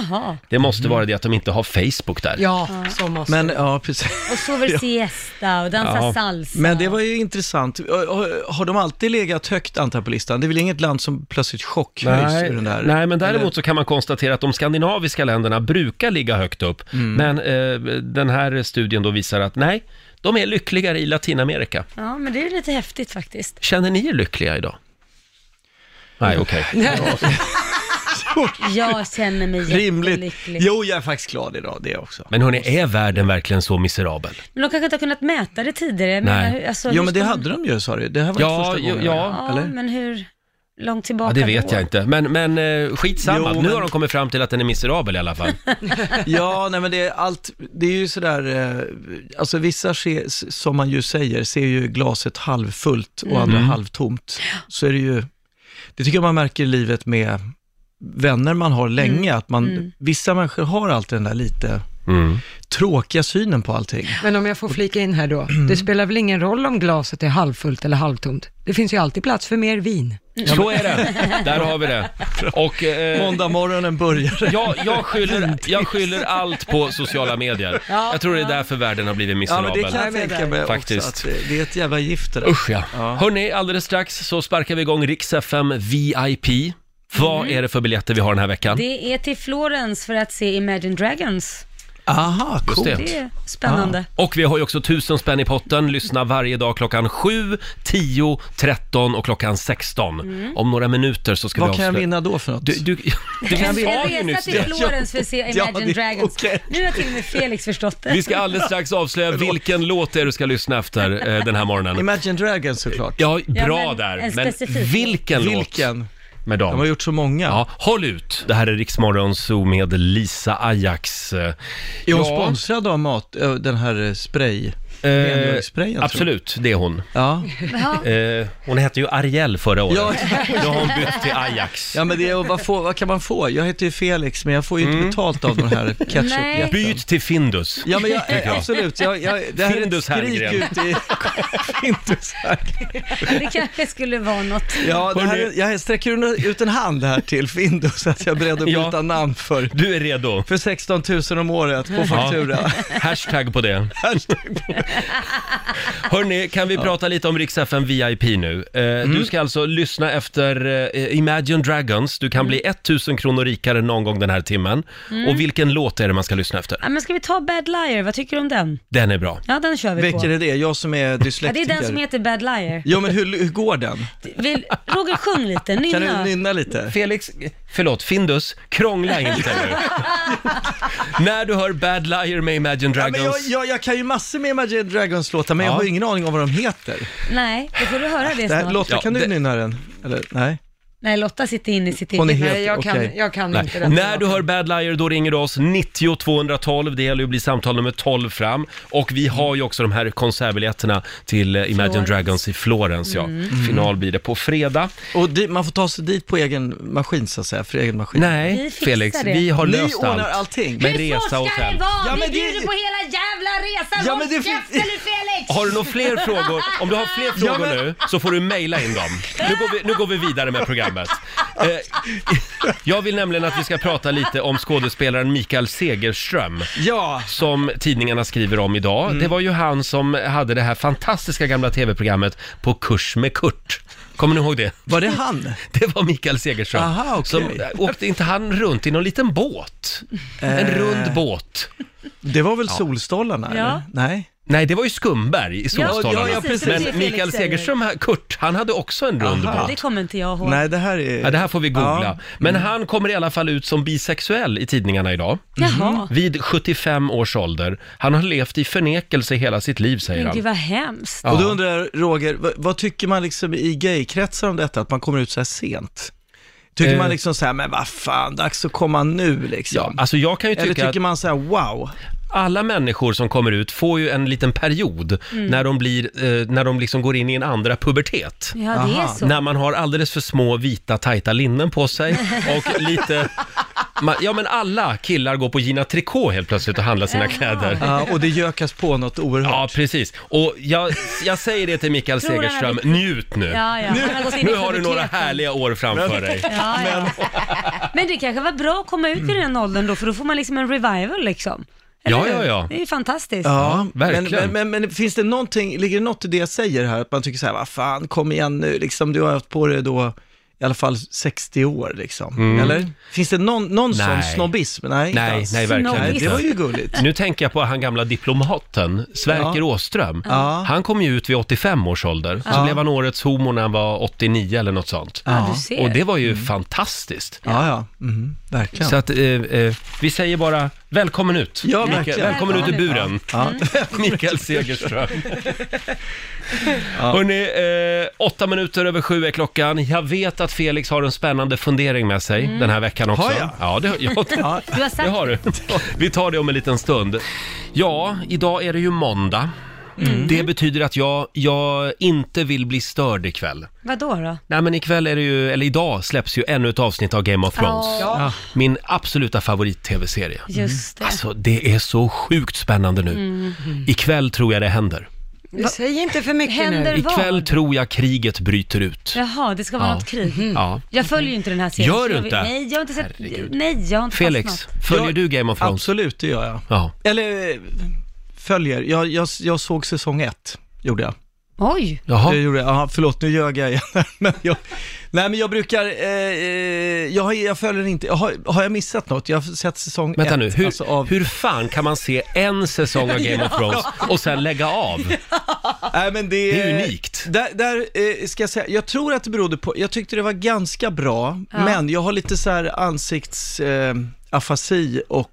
B: Jaha.
A: Det måste
F: Mm.
A: vara det att de inte har Facebook där.
C: Ja, så måste
F: Men, ja, precis.
B: Och sover siesta och dansar
A: Ja.
B: salsa.
F: [LAUGHS] Men det var ju intressant. Ö, ö, Har de alltid legat högt, antar jag, på listan? Det är väl inget land som plötsligt chockhöjs ur
A: Nej,
F: den där?
A: nej, men däremot så kan man konstatera att de skandinaviska länderna brukar ligga högt upp.
F: Mm.
A: Men eh, den här studien då visar att nej, de är lyckligare i Latinamerika.
B: Ja, men det är ju lite häftigt faktiskt.
A: Känner ni er lyckliga idag? Nej, okej.
B: Jag känner mig
F: Rimligt.
B: jättelycklig.
F: Jo, jag är faktiskt glad idag, det också.
A: Men hörni, är världen verkligen så miserabel?
B: Men de kanske inte har kunnat mäta det tidigare. Jag
A: Nej.
B: Menar, hur- alltså,
F: Ja,
B: hur
F: men det
B: ska-
F: hade de ju, sa du. Det här var
A: Ja,
F: ju första
A: jo,
F: gången.
A: ja.
B: Ja,
F: Eller?
B: men hur långt
A: Ja,
B: tillbaka
A: det vet
B: då?
A: jag inte. Men, men eh, skitsamma, nu
F: Jo, men-
A: har de kommit fram till att den är miserabel i alla
F: [LAUGHS]
A: fall.
F: Ja, nej men det är allt, det är ju sådär, eh, alltså vissa ser, som man ju säger, ser ju glaset halvfullt och andra
A: Mm.
F: halvtomt. Så är det ju, det tycker jag man märker i livet med vänner man har länge, att man, vissa människor har alltid den där lite
A: Mm.
F: tråkiga synen på
A: [LAUGHS]
F: allting.
C: Men om jag får flika in här då.
A: Mm.
C: Det spelar väl ingen roll om glaset är halvfullt eller halvtomt? Det finns ju alltid plats för mer vin.
A: Så är det, där har vi det. Och, eh,
F: Måndag morgonen börjar.
A: jag, jag, skyller, jag skyller allt på sociala medier. Jag tror det är därför världen har blivit
F: Ja, men det
A: miserabel.
F: kan jag tänka mig
A: Faktiskt.
F: också, att det, det är ett jävla gift det där.
A: Usch ja. Hörni, alldeles strax så sparkar vi igång Rix FM VIP.
F: Mm.
A: Vad är det för biljetter vi har den här veckan?
B: Det är till Florens för att se Imagine Dragons.
F: Aha,
A: Just
F: cool.
A: det.
B: Det är spännande.
F: Ah.
A: Och vi har ju också tusen spänn i potten. Lyssna varje dag klockan 7, 10, 13 och klockan 16.
B: Mm.
A: Om några minuter så ska vi
F: Vad kan jag
A: avslöja-
F: vinna då för något?
A: Du, du, du,
B: En
A: vi sa ju
B: en resa
A: nyss
B: till
A: det.
B: Florens för att se
F: Ja,
B: Imagine
F: det är
B: Dragons.
F: okej.
B: Nu har till och med Felix förstått det.
A: Vi ska alldeles strax avslöja vilken låt det är du ska lyssna efter eh, den här morgonen.
F: Imagine Dragons såklart.
A: Ja, bra
B: men
A: där.
B: en
A: Men
B: specifik
A: vilken, låt
F: Vilken?
A: med
F: De har
A: dem?
F: gjort så många.
A: Ja, håll ut! Det här är Riksmorgon Zoo med Lisa Ajax. Eh,
F: Är hon
A: ja,
F: sponsrad av mat, ö, den här eh, spray?
A: eh,
F: rengöringssprayen, tror jag.
A: Absolut, det är hon.
F: Ja.
B: Ja,
A: Eh, hon hette ju Ariel förra året.
F: Ja.
A: Nu har hon bytt till Ajax.
F: ja, men det är, vad, får, vad kan man få? Jag heter ju Felix, men jag får ju inte betalt av den här ketchupjätten.
A: Byt till Findus.
F: Ja, men jag,
A: Tycker jag.
F: absolut. Jag, jag, det här är ett
A: Findus
F: skrik
A: Herngren.
F: ut i... Findus Herngren.
B: det kanske skulle vara något.
F: Ja, det här,
A: Hörrni.
F: är- jag sträcker ut en hand här till Findus, att jag är beredd att
A: Ja.
F: byta namn för,
A: Du är redo.
F: för 16 000 om året på faktura.
A: [LAUGHS] Hashtag på
F: [LAUGHS]
A: det. [LAUGHS] Hörni, kan vi prata lite om Rix FM VIP nu? Eh,
F: Mm.
A: Du ska alltså lyssna efter eh, Imagine Dragons. Du
F: Mm.
A: kan bli 1000 kronor rikare någon gång den här timmen. Och vilken låt är det man ska lyssna efter?
B: Ja, men ska vi ta Bad Liar? Vad tycker du om den?
A: Den är bra.
B: Ja, den kör vi på.
F: Vilken är det? Jag som är
B: Ja,
F: dyslektiker.
B: det är den som heter Bad Liar.
F: Ja, men hur, hur går den?
B: Vill, Roger, sjung lite.
F: Kan
B: Nynna.
F: du nynna lite?
A: Felix, förlåt, Findus, krångla inte
F: [LAUGHS]
A: nu. När du hör Bad Liar med Imagine
F: Ja, men
A: Dragons.
F: jag, jag, jag kan ju massor med Imagine Dragons-låtar, men
A: Ja.
F: jag har ju ingen aning om vad de heter.
B: Nej, då får du höra det
F: Det här,
B: snart.
F: Lotta,
A: Ja,
F: kan du
A: det-
F: nynna den? Eller, nej?
B: Nej, Lotta sitter inne i sitt
F: Hon är
B: eget.
F: helt...
C: Nej, jag kan,
F: okej.
C: jag kan
A: Nej.
C: inte den.
A: När du hör Bad Liar då ringer du oss 90 212. Det gäller ju att bli samtal nummer 12 fram. Och vi har ju också de här konsertbiljetterna till eh, Imagine
B: Florens.
A: Dragons i Florens. Ja.
B: Mm.
A: Mm. Final blir det på fredag.
F: Och di, man får ta sig dit på egen maskin, så att säga, för egen maskin.
A: Nej,
B: Vi fixar
A: Felix,
B: det.
A: vi har
F: Ni
A: löst
F: ordnar
A: allt.
F: allting.
A: Med
B: Hur svårt
A: resa
B: ska
A: och
B: det
A: hell.
B: vara?
F: Ja,
B: Vi
F: men det-
B: bjuder på hela jävla resan!
F: Ja,
B: Håll
F: men det finns-
B: käften nu Felix!
A: Har du några fler frågor? Om du har fler frågor
F: men-
A: nu så får du mejla in dem. Nu går vi, nu går vi vidare med programmet. Eh, jag vill nämligen att vi ska prata lite om skådespelaren Mikael Segerström.
F: Ja,
A: som tidningarna skriver om idag.
F: Mm.
A: Det var ju han som hade det här fantastiska gamla tv-programmet På kurs med Kurt. Kommer ni ihåg det? [LAUGHS]
F: var det han?
A: Det var Mikael Segerström.
F: Aha, okej.
A: som, äh, åkte inte han runt i någon liten båt? En
F: Eh.
A: rund båt.
F: Det var väl Solstollarna,
B: Ja.
F: eller? Nej?
A: Nej, det var ju Skumberg i Solstolarna.
F: ja, ja, precis.
B: Det är det
A: Men
B: Felix
A: Mikael
B: säger.
A: Segerström, här- Kurt, han hade också en rund
F: Aha.
A: båt.
B: Det kommer inte jag ihåg.
F: Nej, det här är...
A: Ja, det här får vi googla.
F: Ja.
A: Men han kommer i alla fall ut som bisexuell i tidningarna idag.
B: Jaha.
A: Vid 75 års ålder. Han har levt i förnekelse hela sitt liv, säger
B: Men
A: han.
B: gud vad hemskt.
A: Ja.
F: Och då undrar jag, Roger, vad, vad tycker man liksom i gaykretsar om detta, att man kommer ut så här sent? Tycker
A: Eh.
F: man liksom så här, men vad fan, dags att komma nu liksom?
A: Ja, alltså jag kan ju
F: Eller
A: tycka
F: tycker
A: att
F: man så här, wow?
A: alla människor som kommer ut får ju en liten period
B: Mm.
A: när de, blir, eh, när de liksom går in i en andra pubertet.
B: Ja, det är
F: Aha.
B: så.
A: När man har alldeles för små vita tajta linnen på sig
B: [LAUGHS]
A: och lite... Man, ja men alla killar går på Gina Tricot helt plötsligt och handlar sina kläder.
F: Ja, och det [LAUGHS] gökas på något
A: Ja,
F: oerhört.
A: precis. Och jag, jag säger det till Mikael
B: Tror han är
A: Segerström,
B: lite-
A: njut nu.
B: Ja, ja. Han har gått in i
A: Nu har du några
B: puberteten.
A: härliga år framför dig.
B: Ja, ja. Men det kanske var bra att komma ut i den åldern då, för då får man liksom en revival liksom. Eller
A: Mm. Ja,
B: hur?
A: ja, ja.
B: Det är ju fantastiskt.
F: Ja, men,
A: verkligen.
F: men, men, men finns det någonting, ligger det något i det jag säger här, att man tycker så här, vad fan, kom igen nu, liksom, du har haft på dig då i alla fall 60 år liksom, eller? Finns det någon, någon sån
A: Mm. Nej.
F: snobbism? Nej, inte
A: Nej,
F: alls.
A: nej verkligen
F: nej,
A: inte. Mm.
F: det var ju gulligt.
A: Nu tänker jag på han gamla diplomaten, Sverker
F: Ja.
A: Åström.
F: Ja.
A: Han kom ju ut vid 85 års ålder. Så
F: Ja.
A: blev han årets homo när han var 89 eller något sånt.
B: Ja, du
A: Och
B: ser.
A: det var ju fantastiskt.
F: Ja, Mm. ja, mhm, verkligen.
A: Så att eh, eh, vi säger bara välkommen ut.
F: Ja,
A: Mikael,
F: verkligen.
A: välkommen ut ur buren. [LAUGHS]
F: Ja.
A: Mikael Segerström.
F: [LAUGHS]
A: Hörrni, eh, åtta minuter över sju är klockan. Jag vet att Felix har en spännande fundering med sig den här veckan också.
F: Mm. Har jag?
A: Ja, det, ja,
F: [LAUGHS]
A: det,
F: Ja.
B: Du har
A: det
B: sagt
A: har du. Vi tar det om en liten stund. Ja, idag är det ju måndag. Det betyder att jag, jag inte vill bli störd ikväll.
B: Vadå då?
A: Nej men ikväll är det ju, eller idag släpps ju ännu ett avsnitt av Game of Thrones.
F: Ja.
A: Min absoluta favorit-tv-serie.
B: Just det.
A: Alltså det är så sjukt spännande nu. Ikväll tror jag det händer.
C: Säg inte för mycket
B: Händer
C: nu.
B: Vad?
A: Ikväll tror jag kriget bryter ut.
B: Jaha, det ska vara
A: Ja.
B: något krig.
A: Ja.
B: Jag följer ju inte den här serien.
A: Gör
B: så
A: du
B: jag vet-
A: inte?
B: Nej, jag har inte sett...
A: Herregud.
B: Nej, jag har inte
A: Felix,
B: fastnat.
A: följer
F: Jag-
A: du Game of Thrones?
F: Absolut, det gör jag.
A: Ja.
F: Eller eh, följer, jag, jag, jag såg säsong ett, gjorde jag.
B: Oj,
A: Jaha.
F: Jag gjorde, aha, förlåt, nu ljög jag igen. [LAUGHS] men jag, nej, men jag brukar... Eh, eh, jag, har- jag följer inte... Jag har, har jag missat något? Jag har sett säsong
A: Vänta
F: ett,
A: nu, hur,
F: alltså av,
A: hur fan kan man se en säsong av Game
F: [LAUGHS]
A: of Thrones och sen lägga av?
F: Nej, men det,
A: Det är unikt.
F: Där, där eh, ska jag säga, jag tror att det berodde på, jag tyckte det var ganska bra, men jag har lite så här ansikts, eh, afasi och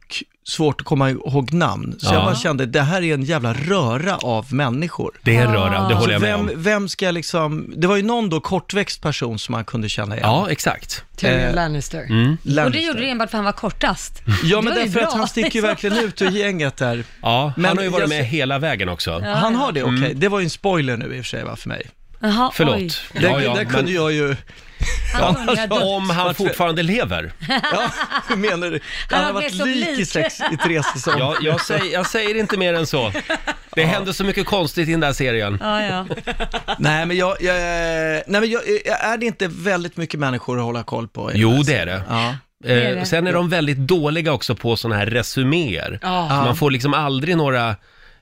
F: svårt att komma ihåg namn. Så jag
A: Ja.
F: bara kände, det här är en jävla röra av människor.
A: Det är röra, det håller
F: Så
A: jag med om.
F: Ah. Alltså, vem, vem ska liksom, det var ju någon då kortväxt person som man kunde känna igen.
A: Ja, exakt.
C: Tyrion
F: Eh,
C: Lannister.
B: och
F: Lannister.
B: det gjorde du enbart för han var kortast.
F: Ja, men
B: Det var ju
F: därför att
B: bra.
F: han sticker ju verkligen ut ur gänget där.
A: Ja,
F: Men
A: han har ju varit
F: jag-
A: med hela vägen också.
F: Han har det, okej.
A: Mm.
F: Det var ju en spoiler nu i och för sig, va, för mig.
B: Jaha, oj.
A: Förlåt. Ja,
F: Där,
A: ja,
F: där
A: men alltså,
F: kunde jag ju... [LAUGHS]
B: Han kunde
F: Alltså,
B: ju ha dött.
A: Om han fortfarande lever.
F: Ja, hur menar du? Han, har
B: har blivit
F: varit
B: som
F: lik i,
B: lik.
F: sex, i tre säsonger.
A: Ja, jag, säger, jag säger inte mer än så. Det händer så mycket konstigt i den där serien.
B: Ja, ja.
F: Nej, men, jag, jag, nej, men jag, eh, är det inte väldigt mycket människor att hålla koll på?
A: Jo, det är det.
F: Ja.
B: är
A: Eh,
B: det.
A: sen är de väldigt dåliga också på sådana här resuméer.
C: Ja.
A: Så Man får liksom aldrig några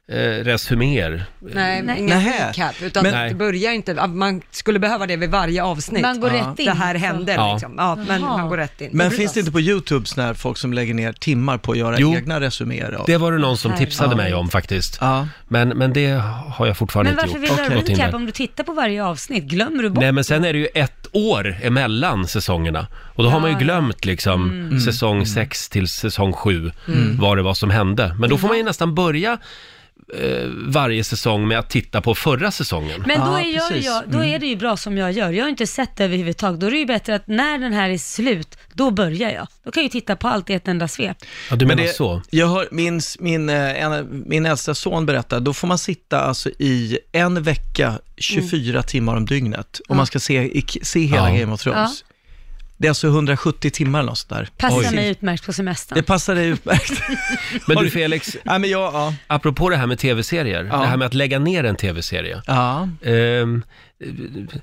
A: eh, resuméer.
C: Nej,
B: Nej.
C: ingen
F: Nähä.
C: recap, utan
F: Men-
A: Nej.
C: det börjar inte, ah, man skulle behöva det vid varje avsnitt.
B: Man går
F: Ja.
B: rätt in.
C: det här
B: så.
C: hände
A: Ja.
C: liksom. Ja, men
B: Jaha.
C: man går rätt in.
F: Men finns det inte på YouTube såna här folk som lägger ner timmar på att göra
A: Jo.
F: egna resuméer? av-
A: Det var det någon som tipsade
F: Ja.
A: mig om faktiskt.
F: Ja.
A: Men, men det har jag fortfarande
B: Men
A: inte
B: varför
A: gjort.
B: vill du ha
A: Gått in där.
B: recap om du tittar på varje avsnitt? Glömmer du bort?
A: Nej, men sen är det ju ett år emellan säsongerna. Och då har man ju glömt liksom
B: Mm.
A: säsong 6 till säsong 7, vad det var som hände. Men då får man ju nästan börja eh, varje säsong med att titta på förra säsongen.
B: Men då,
F: Ja,
B: är jag,
F: precis. Mm.
B: jag, då är det ju bra som jag gör. Jag har inte sett det överhuvudtaget. Då är det ju bättre att när den här är slut, då börjar jag. Då kan jag ju titta på allt i ett enda svep.
A: Ja, du menar
F: det,
A: så?
F: Jag hör min, min, eh, en, min äldsta son berätta, då får man sitta alltså i en vecka, 24 timmar om dygnet, om man ska se, i, se hela
A: Ja.
F: Game of Thrones. Det är alltså 170 timmar eller något sånt där.
B: Passar
A: Oj.
B: mig utmärkt på
F: Det
B: semestern.
F: passar dig utmärkt.
A: Men
F: Har
A: du
F: du-
A: Felix,
F: Nej, men jag, ja.
A: apropå det här med tv-serier,
F: Ja.
A: det här med att lägga ner en tv-serie.
F: ja.
A: Ehm,
F: Tycker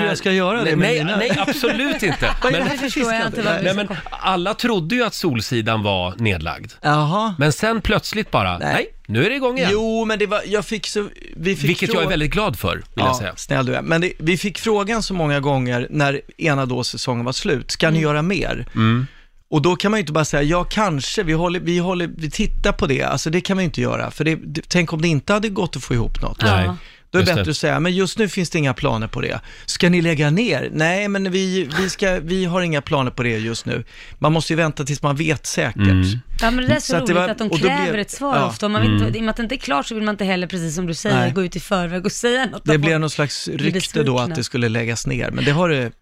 F: du jag ska göra det med
A: Nej,
F: mina?
A: nej absolut
F: [LAUGHS]
A: inte.
F: är
A: Men,
F: det här?
B: förstår jag inte vad
A: nej, men alla trodde ju att Solsidan var nedlagd.
F: Jaha.
A: Men sen plötsligt bara, nej,
F: Nej.
A: nu är det igång igen.
F: Jo, men det var, jag fick så, vi fick
A: Vilket jag är
F: fråga-
A: väldigt glad för, vill jag säga.
F: Snäll du är. Men det, vi fick frågan så många gånger när ena då säsongen var slut, ska ni göra mer?
A: Mm.
F: Och då kan man ju inte bara säga, ja kanske, vi, håller, vi, håller, vi tittar på det, alltså det kan man ju inte göra, för det, det, tänk om det inte hade gått att få ihop något.
A: Nej.
F: Då är
A: just
F: det
A: det.
F: bättre att säga, men just nu finns det inga planer på det. Ska ni lägga ner? Nej, men vi, vi, ska, vi har inga planer på det just nu. Man måste ju vänta tills man vet säkert.
A: Mm.
B: Ja, men det där är så,
F: Så att
B: roligt
F: det var-
B: att de
F: och då
B: kräver
F: blev-
B: ett svar
F: ja. Mm.
B: ofta. Om man vet, I och med att det inte är klart så vill man inte heller, precis som du säger,
F: Nej.
B: gå ut i förväg och säga något.
F: Det
B: Att
F: blev
B: man-
F: någon slags
B: blir
F: rykte då
B: besvikna.
F: att det skulle läggas ner, men det har det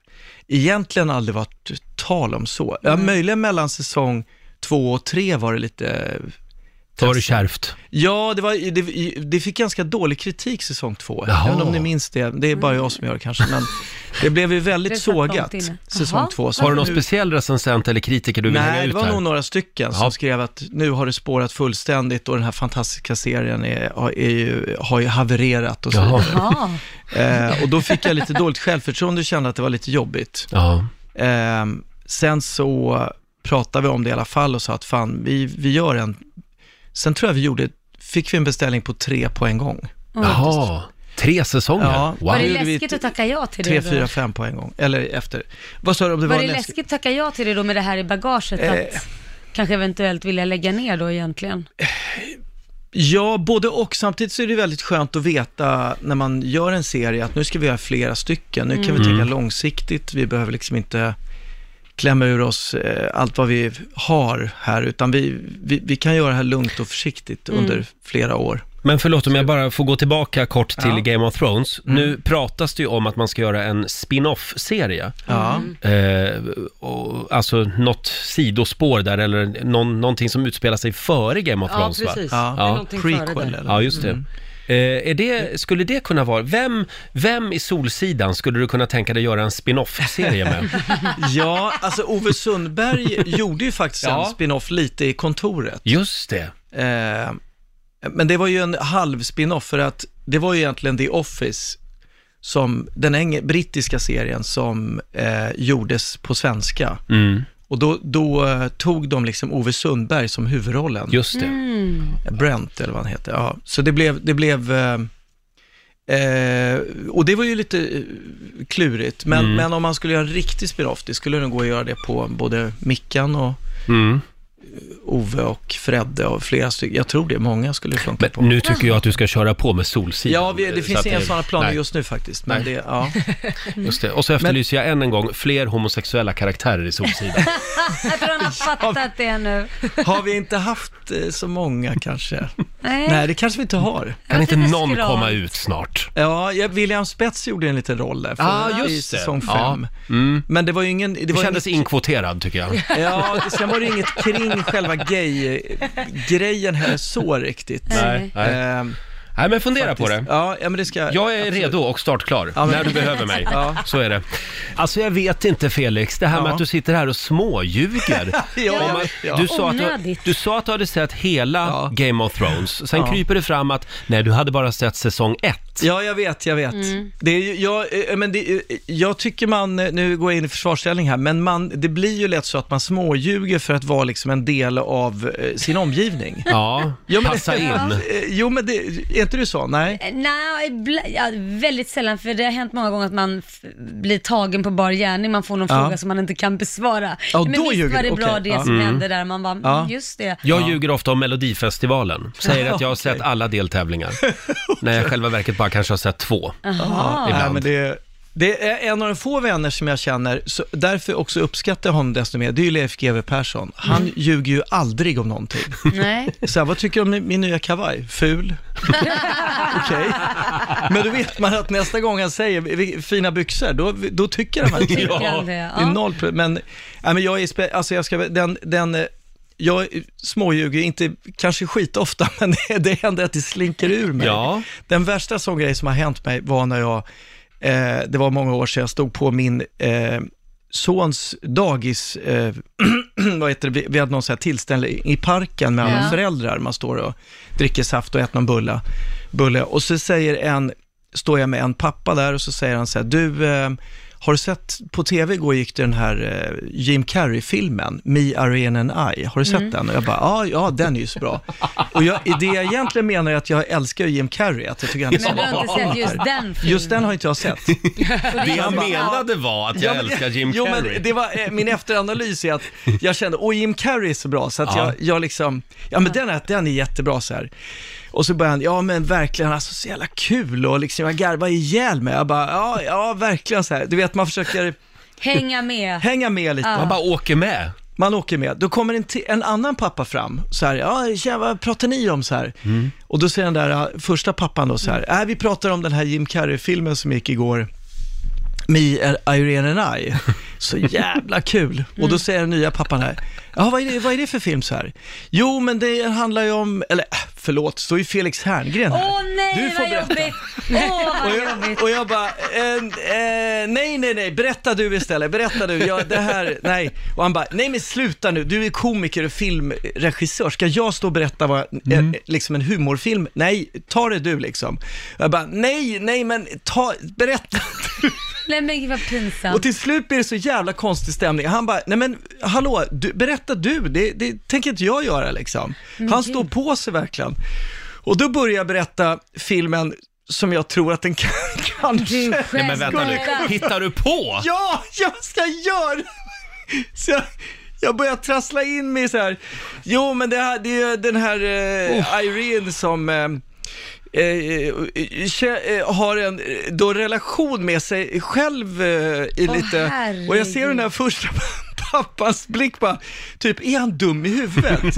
F: egentligen aldrig varit tal om så. Ja, möjligen mellan säsong två och tre var det lite...
A: Då var det kärvt.
F: Ja, det, var, det, det fick ganska dålig kritik säsong två.
A: Jaha. Mm.
F: Jag vet inte om ni minns det, det är bara jag som gör det kanske, men det blev ju
B: Det
F: väldigt
B: satt långt
F: sågat
B: inne.
F: säsong
B: Jaha.
F: två. Så
A: Har du
F: nu-
A: någon speciell recensent eller kritiker du vill hänga
F: Nej, det
A: ut
F: var
A: här?
F: nog några stycken
A: Ja.
F: som skrev att nu har det spårat fullständigt och den här fantastiska serien är, är ju, har ju havererat och så
A: Jaha.
F: vidare.
B: Ja,
F: [LAUGHS] Eh, och då fick jag lite dåligt självförtroende och kände att det var lite jobbigt.
A: Ja.
F: Eh, sen så pratade vi om det i alla fall och sa att fan, vi, vi gör en... Sen tror jag vi gjorde, fick vi en beställning på tre på en gång.
A: Jaha. Tre säsonger?
F: Ja.
A: Wow.
B: var det
F: Nu gjorde vi
B: läskigt
F: t-
B: att tacka ja till
F: Tre,
B: det då?
F: fyra, fem på en gång. Eller efter. Vad sa du om det
B: Var
F: var,
B: det
F: läskigt?
B: läskigt att tacka ja till det då med det här i bagaget?
F: Eh.
B: Att kanske eventuellt vilja lägga ner då
F: [LAUGHS]
B: egentligen?
F: Ja, både och. Samtidigt så är det väldigt skönt att veta när man gör en serie att nu ska vi göra flera stycken. Nu kan
A: Mm.
F: vi tänka långsiktigt. Vi behöver liksom inte klämma ur oss eh, allt vad vi har här, utan vi, vi, vi kan göra det här lugnt och försiktigt
C: Mm.
F: under flera år.
A: Men förlåt om jag bara får gå tillbaka kort till
F: Ja. Mm.
A: Game of Thrones. Nu pratas det ju om att man ska göra en spin-off-serie.
C: Mm.
F: Ja.
A: Eh, och, alltså något sidospår där eller någon, någonting som utspelar sig före Game of
C: Ja,
A: Thrones va?
C: precis.
F: Ja.
C: Det är någonting före
F: Prequel
C: där.
F: eller? Mm.
A: Ja, just det. Eh, är det. Skulle det kunna vara... Vem, vem i Solsidan skulle du kunna tänka dig göra en spin-off-serie med?
F: [LAUGHS] ja, alltså Ove Sundberg gjorde ju faktiskt
A: [LAUGHS] Ja.
F: en spin-off lite i kontoret.
A: Just det.
F: Eh, men det var ju en halv spin-off för att det var ju egentligen The Office, som, den eng- brittiska serien som eh, gjordes på svenska.
A: Mm,
F: Och då, då eh, tog de liksom Ove Sundberg som huvudrollen,
A: just det.
F: Brent eller vad han heter. Ja. Så det blev, det blev eh, Eh, och det var ju lite eh, klurigt, men,
A: Mm.
F: men om man skulle göra en riktig spin-off, det skulle nog gå att göra det på både Mickan och
A: Mm.
F: Ove och Fredde och flera stycken. Jag tror det, många skulle funka
A: Men
F: på.
A: nu tycker jag att du ska köra på med Solsidan.
F: Ja, vi, det
A: Så
F: finns
A: att
F: inga
A: det-
F: sådana planer
A: nej,
F: just nu faktiskt. Men
A: Nej.
F: det,
A: [LAUGHS]
F: ja.
A: Just det. Och så efterlyser jag än en gång fler homosexuella karaktärer i
F: [LAUGHS]
A: Solsidan.
B: Jag tror han har fattat det nu.
F: Har vi inte haft eh, så många kanske?
B: Nej.
F: Nej, det kanske vi inte har.
A: Kan inte
B: lite
A: någon
B: skral.
A: komma ut snart?
F: Ja, ja, William Spets gjorde en liten roll där för,
A: Ja, Ah, just
F: i
A: det.
F: säsong
A: Ja.
F: fem. Men det var ju ingen... Det,
A: Det
F: var
A: kändes
F: inget,
A: inkvoterad tycker jag.
F: [LAUGHS] Ja, det- sen var det ju inget kring själva gay-grejen här så riktigt.
A: Nej, nej.
F: Ehm,
A: nej men fundera på det.
F: faktiskt. Ja, ja, men det ska...
A: Jag är redo och startklar
F: Ja, men-
A: när du behöver mig.
F: [LAUGHS] Ja.
A: Så är det. Alltså jag vet inte Felix, det här med
F: Ja.
A: att du sitter här och småljuger.
F: [LAUGHS] Ja,
A: Om att-
F: ja.
A: Du, sa att du,
E: Onödigt.
A: du sa att du hade sett hela
F: Ja.
A: Game of Thrones, sen
F: Ja.
A: kryper det fram att nej du hade bara sett säsong
F: [LAUGHS]
A: ett.
F: Ja, jag vet, jag vet. Det är ju, jag, eh, men det, eh, jag tycker man, eh, nu går jag in i försvarsställning här, men man, det blir ju lätt så att man småljuger för att vara liksom en del av eh, sin omgivning.
A: Ja,
F: Jo, men-
A: passa in.
F: Eh, Jo, men det, är inte du så? Nej?
B: Eh, Nej, ibla- ja, väldigt sällan, för det har hänt många gånger att man f- blir tagen på bar gärning, man får någon
F: Ja.
B: fråga som man inte kan besvara.
F: Ja,
B: Men
F: då
B: visst
F: ljuger
B: var
F: du.
B: det bra
F: Okej,
B: det
F: ja.
B: som hände där, man bara, mm,
F: Ja.
B: just
F: [LAUGHS]
B: det.
A: Jag ljuger ofta om Melodifestivalen, säger att jag har
F: Okej.
A: sett alla
F: [LAUGHS]
A: deltävlingar. När jag i själva verket bara kanske har sett två.
B: Jaha.
A: Ibland.
F: Nej, men det, det är en av de få vänner som jag känner, så därför också uppskattar jag honom desto mer, det är ju Leif GW Persson. Han ljuger ju aldrig om någonting.
B: Nej.
F: Så här, vad tycker du om min nya kavaj? Ful?
B: [LAUGHS]
F: Okej. Men då vet man att nästa gång han säger "Vi- fina byxor, då, då tycker han verkligen
A: Ja.
B: tycker han det?
F: det är
B: Ja.
F: noll problem. Men, nej, men jag är, spe- alltså jag ska, den, den, eh, jag småljuger inte, kanske skitofta, [LAUGHS] men det, det händer att det slinker ur mig.
A: Ja.
F: Den värsta sån grej som har hänt mig var när jag, eh, det var många år sedan, jag stod på min eh, sons dagis, eh, [CLEARS THROAT] vad heter det, vi, vi hade någon sån här tillställning i parken med alla
B: Ja.
F: föräldrar, man står och dricker saft och äter någon bulla, bulle, och så säger en, står jag med en pappa där och så säger han så här, du, eh, har du sett, på tv igår gick det den här eh, Jim Carrey-filmen, Me, Ariane and I, har du sett
B: Mm.
F: den? Och jag bara, ja, ja, den är ju så bra. Och jag, det jag egentligen menar är att jag älskar ju Jim Carrey, att jag tycker han är så
B: Men du har
F: bra.
B: inte sett just den filmen?
F: Just den har inte jag sett.
A: Det jag menade var att jag
F: Ja, men-
A: älskar Jim
F: jo,
A: Carrey.
F: Men det var, eh, min
A: [LAUGHS]
F: efteranalys är att jag kände, åh Jim Carrey är så bra, så att
A: Ja.
F: jag, jag liksom, ja men den är, den är jättebra så här. Och så började han, ja men verkligen, alltså så jävla kul och liksom jag garvade ihjäl mig. Jag bara, ja, ja verkligen så här. Du vet, man försöker
B: Hänga med.
F: hänga med lite.
A: Man bara åker med.
F: Man åker med. Då kommer en, ti- en annan pappa fram, så här, ja, tja, vad pratar ni om så här? Och då säger den där eh, första pappan då så här, äh, vi pratar om den här Jim Carrey-filmen som gick igår, Me, eh, Irene and I. Så jävla kul. Och då säger den nya pappan här, ja, vad är det, vad är det för film så här? Jo, men det handlar ju om, eller äh, förlåt, står ju Felix Herngren här.
B: Åh nej,
F: Du får
B: vad
F: berätta.
B: jobbigt! Åh,
F: [LAUGHS] Och
B: vad
F: jag,
B: jobbigt.
F: och jag bara, eh, eh, nej, nej, nej, berätta du istället, berätta du, jag, det här, nej. Och han bara, nej men sluta nu, du är komiker och filmregissör, ska jag stå och berätta vad, eh, eh, liksom en humorfilm, nej, ta det du liksom. Jag bara, nej, nej men ta, berätta du.
B: Nej men gud vad
F: Och
B: pinsamt.
F: till slut blir det så jävla konstig stämning. Han bara, nej men hallå, du, berätta du, det, det tänker inte jag göra liksom. Han står på sig verkligen. Och då börjar jag berätta filmen som jag tror att den [LAUGHS] kan, kanske...
A: Nej, men vänta nu.
B: Skulle-
A: Hittar du på?
F: Ja, jag ska göra [LAUGHS] Så jag, jag börjar trassla in mig så här. Jo, men det, här, det är ju den här eh, Irene som... Eh, eh, eh, kä- eh, har en eh, då relation med sig själv eh, i
B: Åh,
F: lite... Och jag ser den här första [LAUGHS] pappans blick bara, typ, är han dum i huvudet?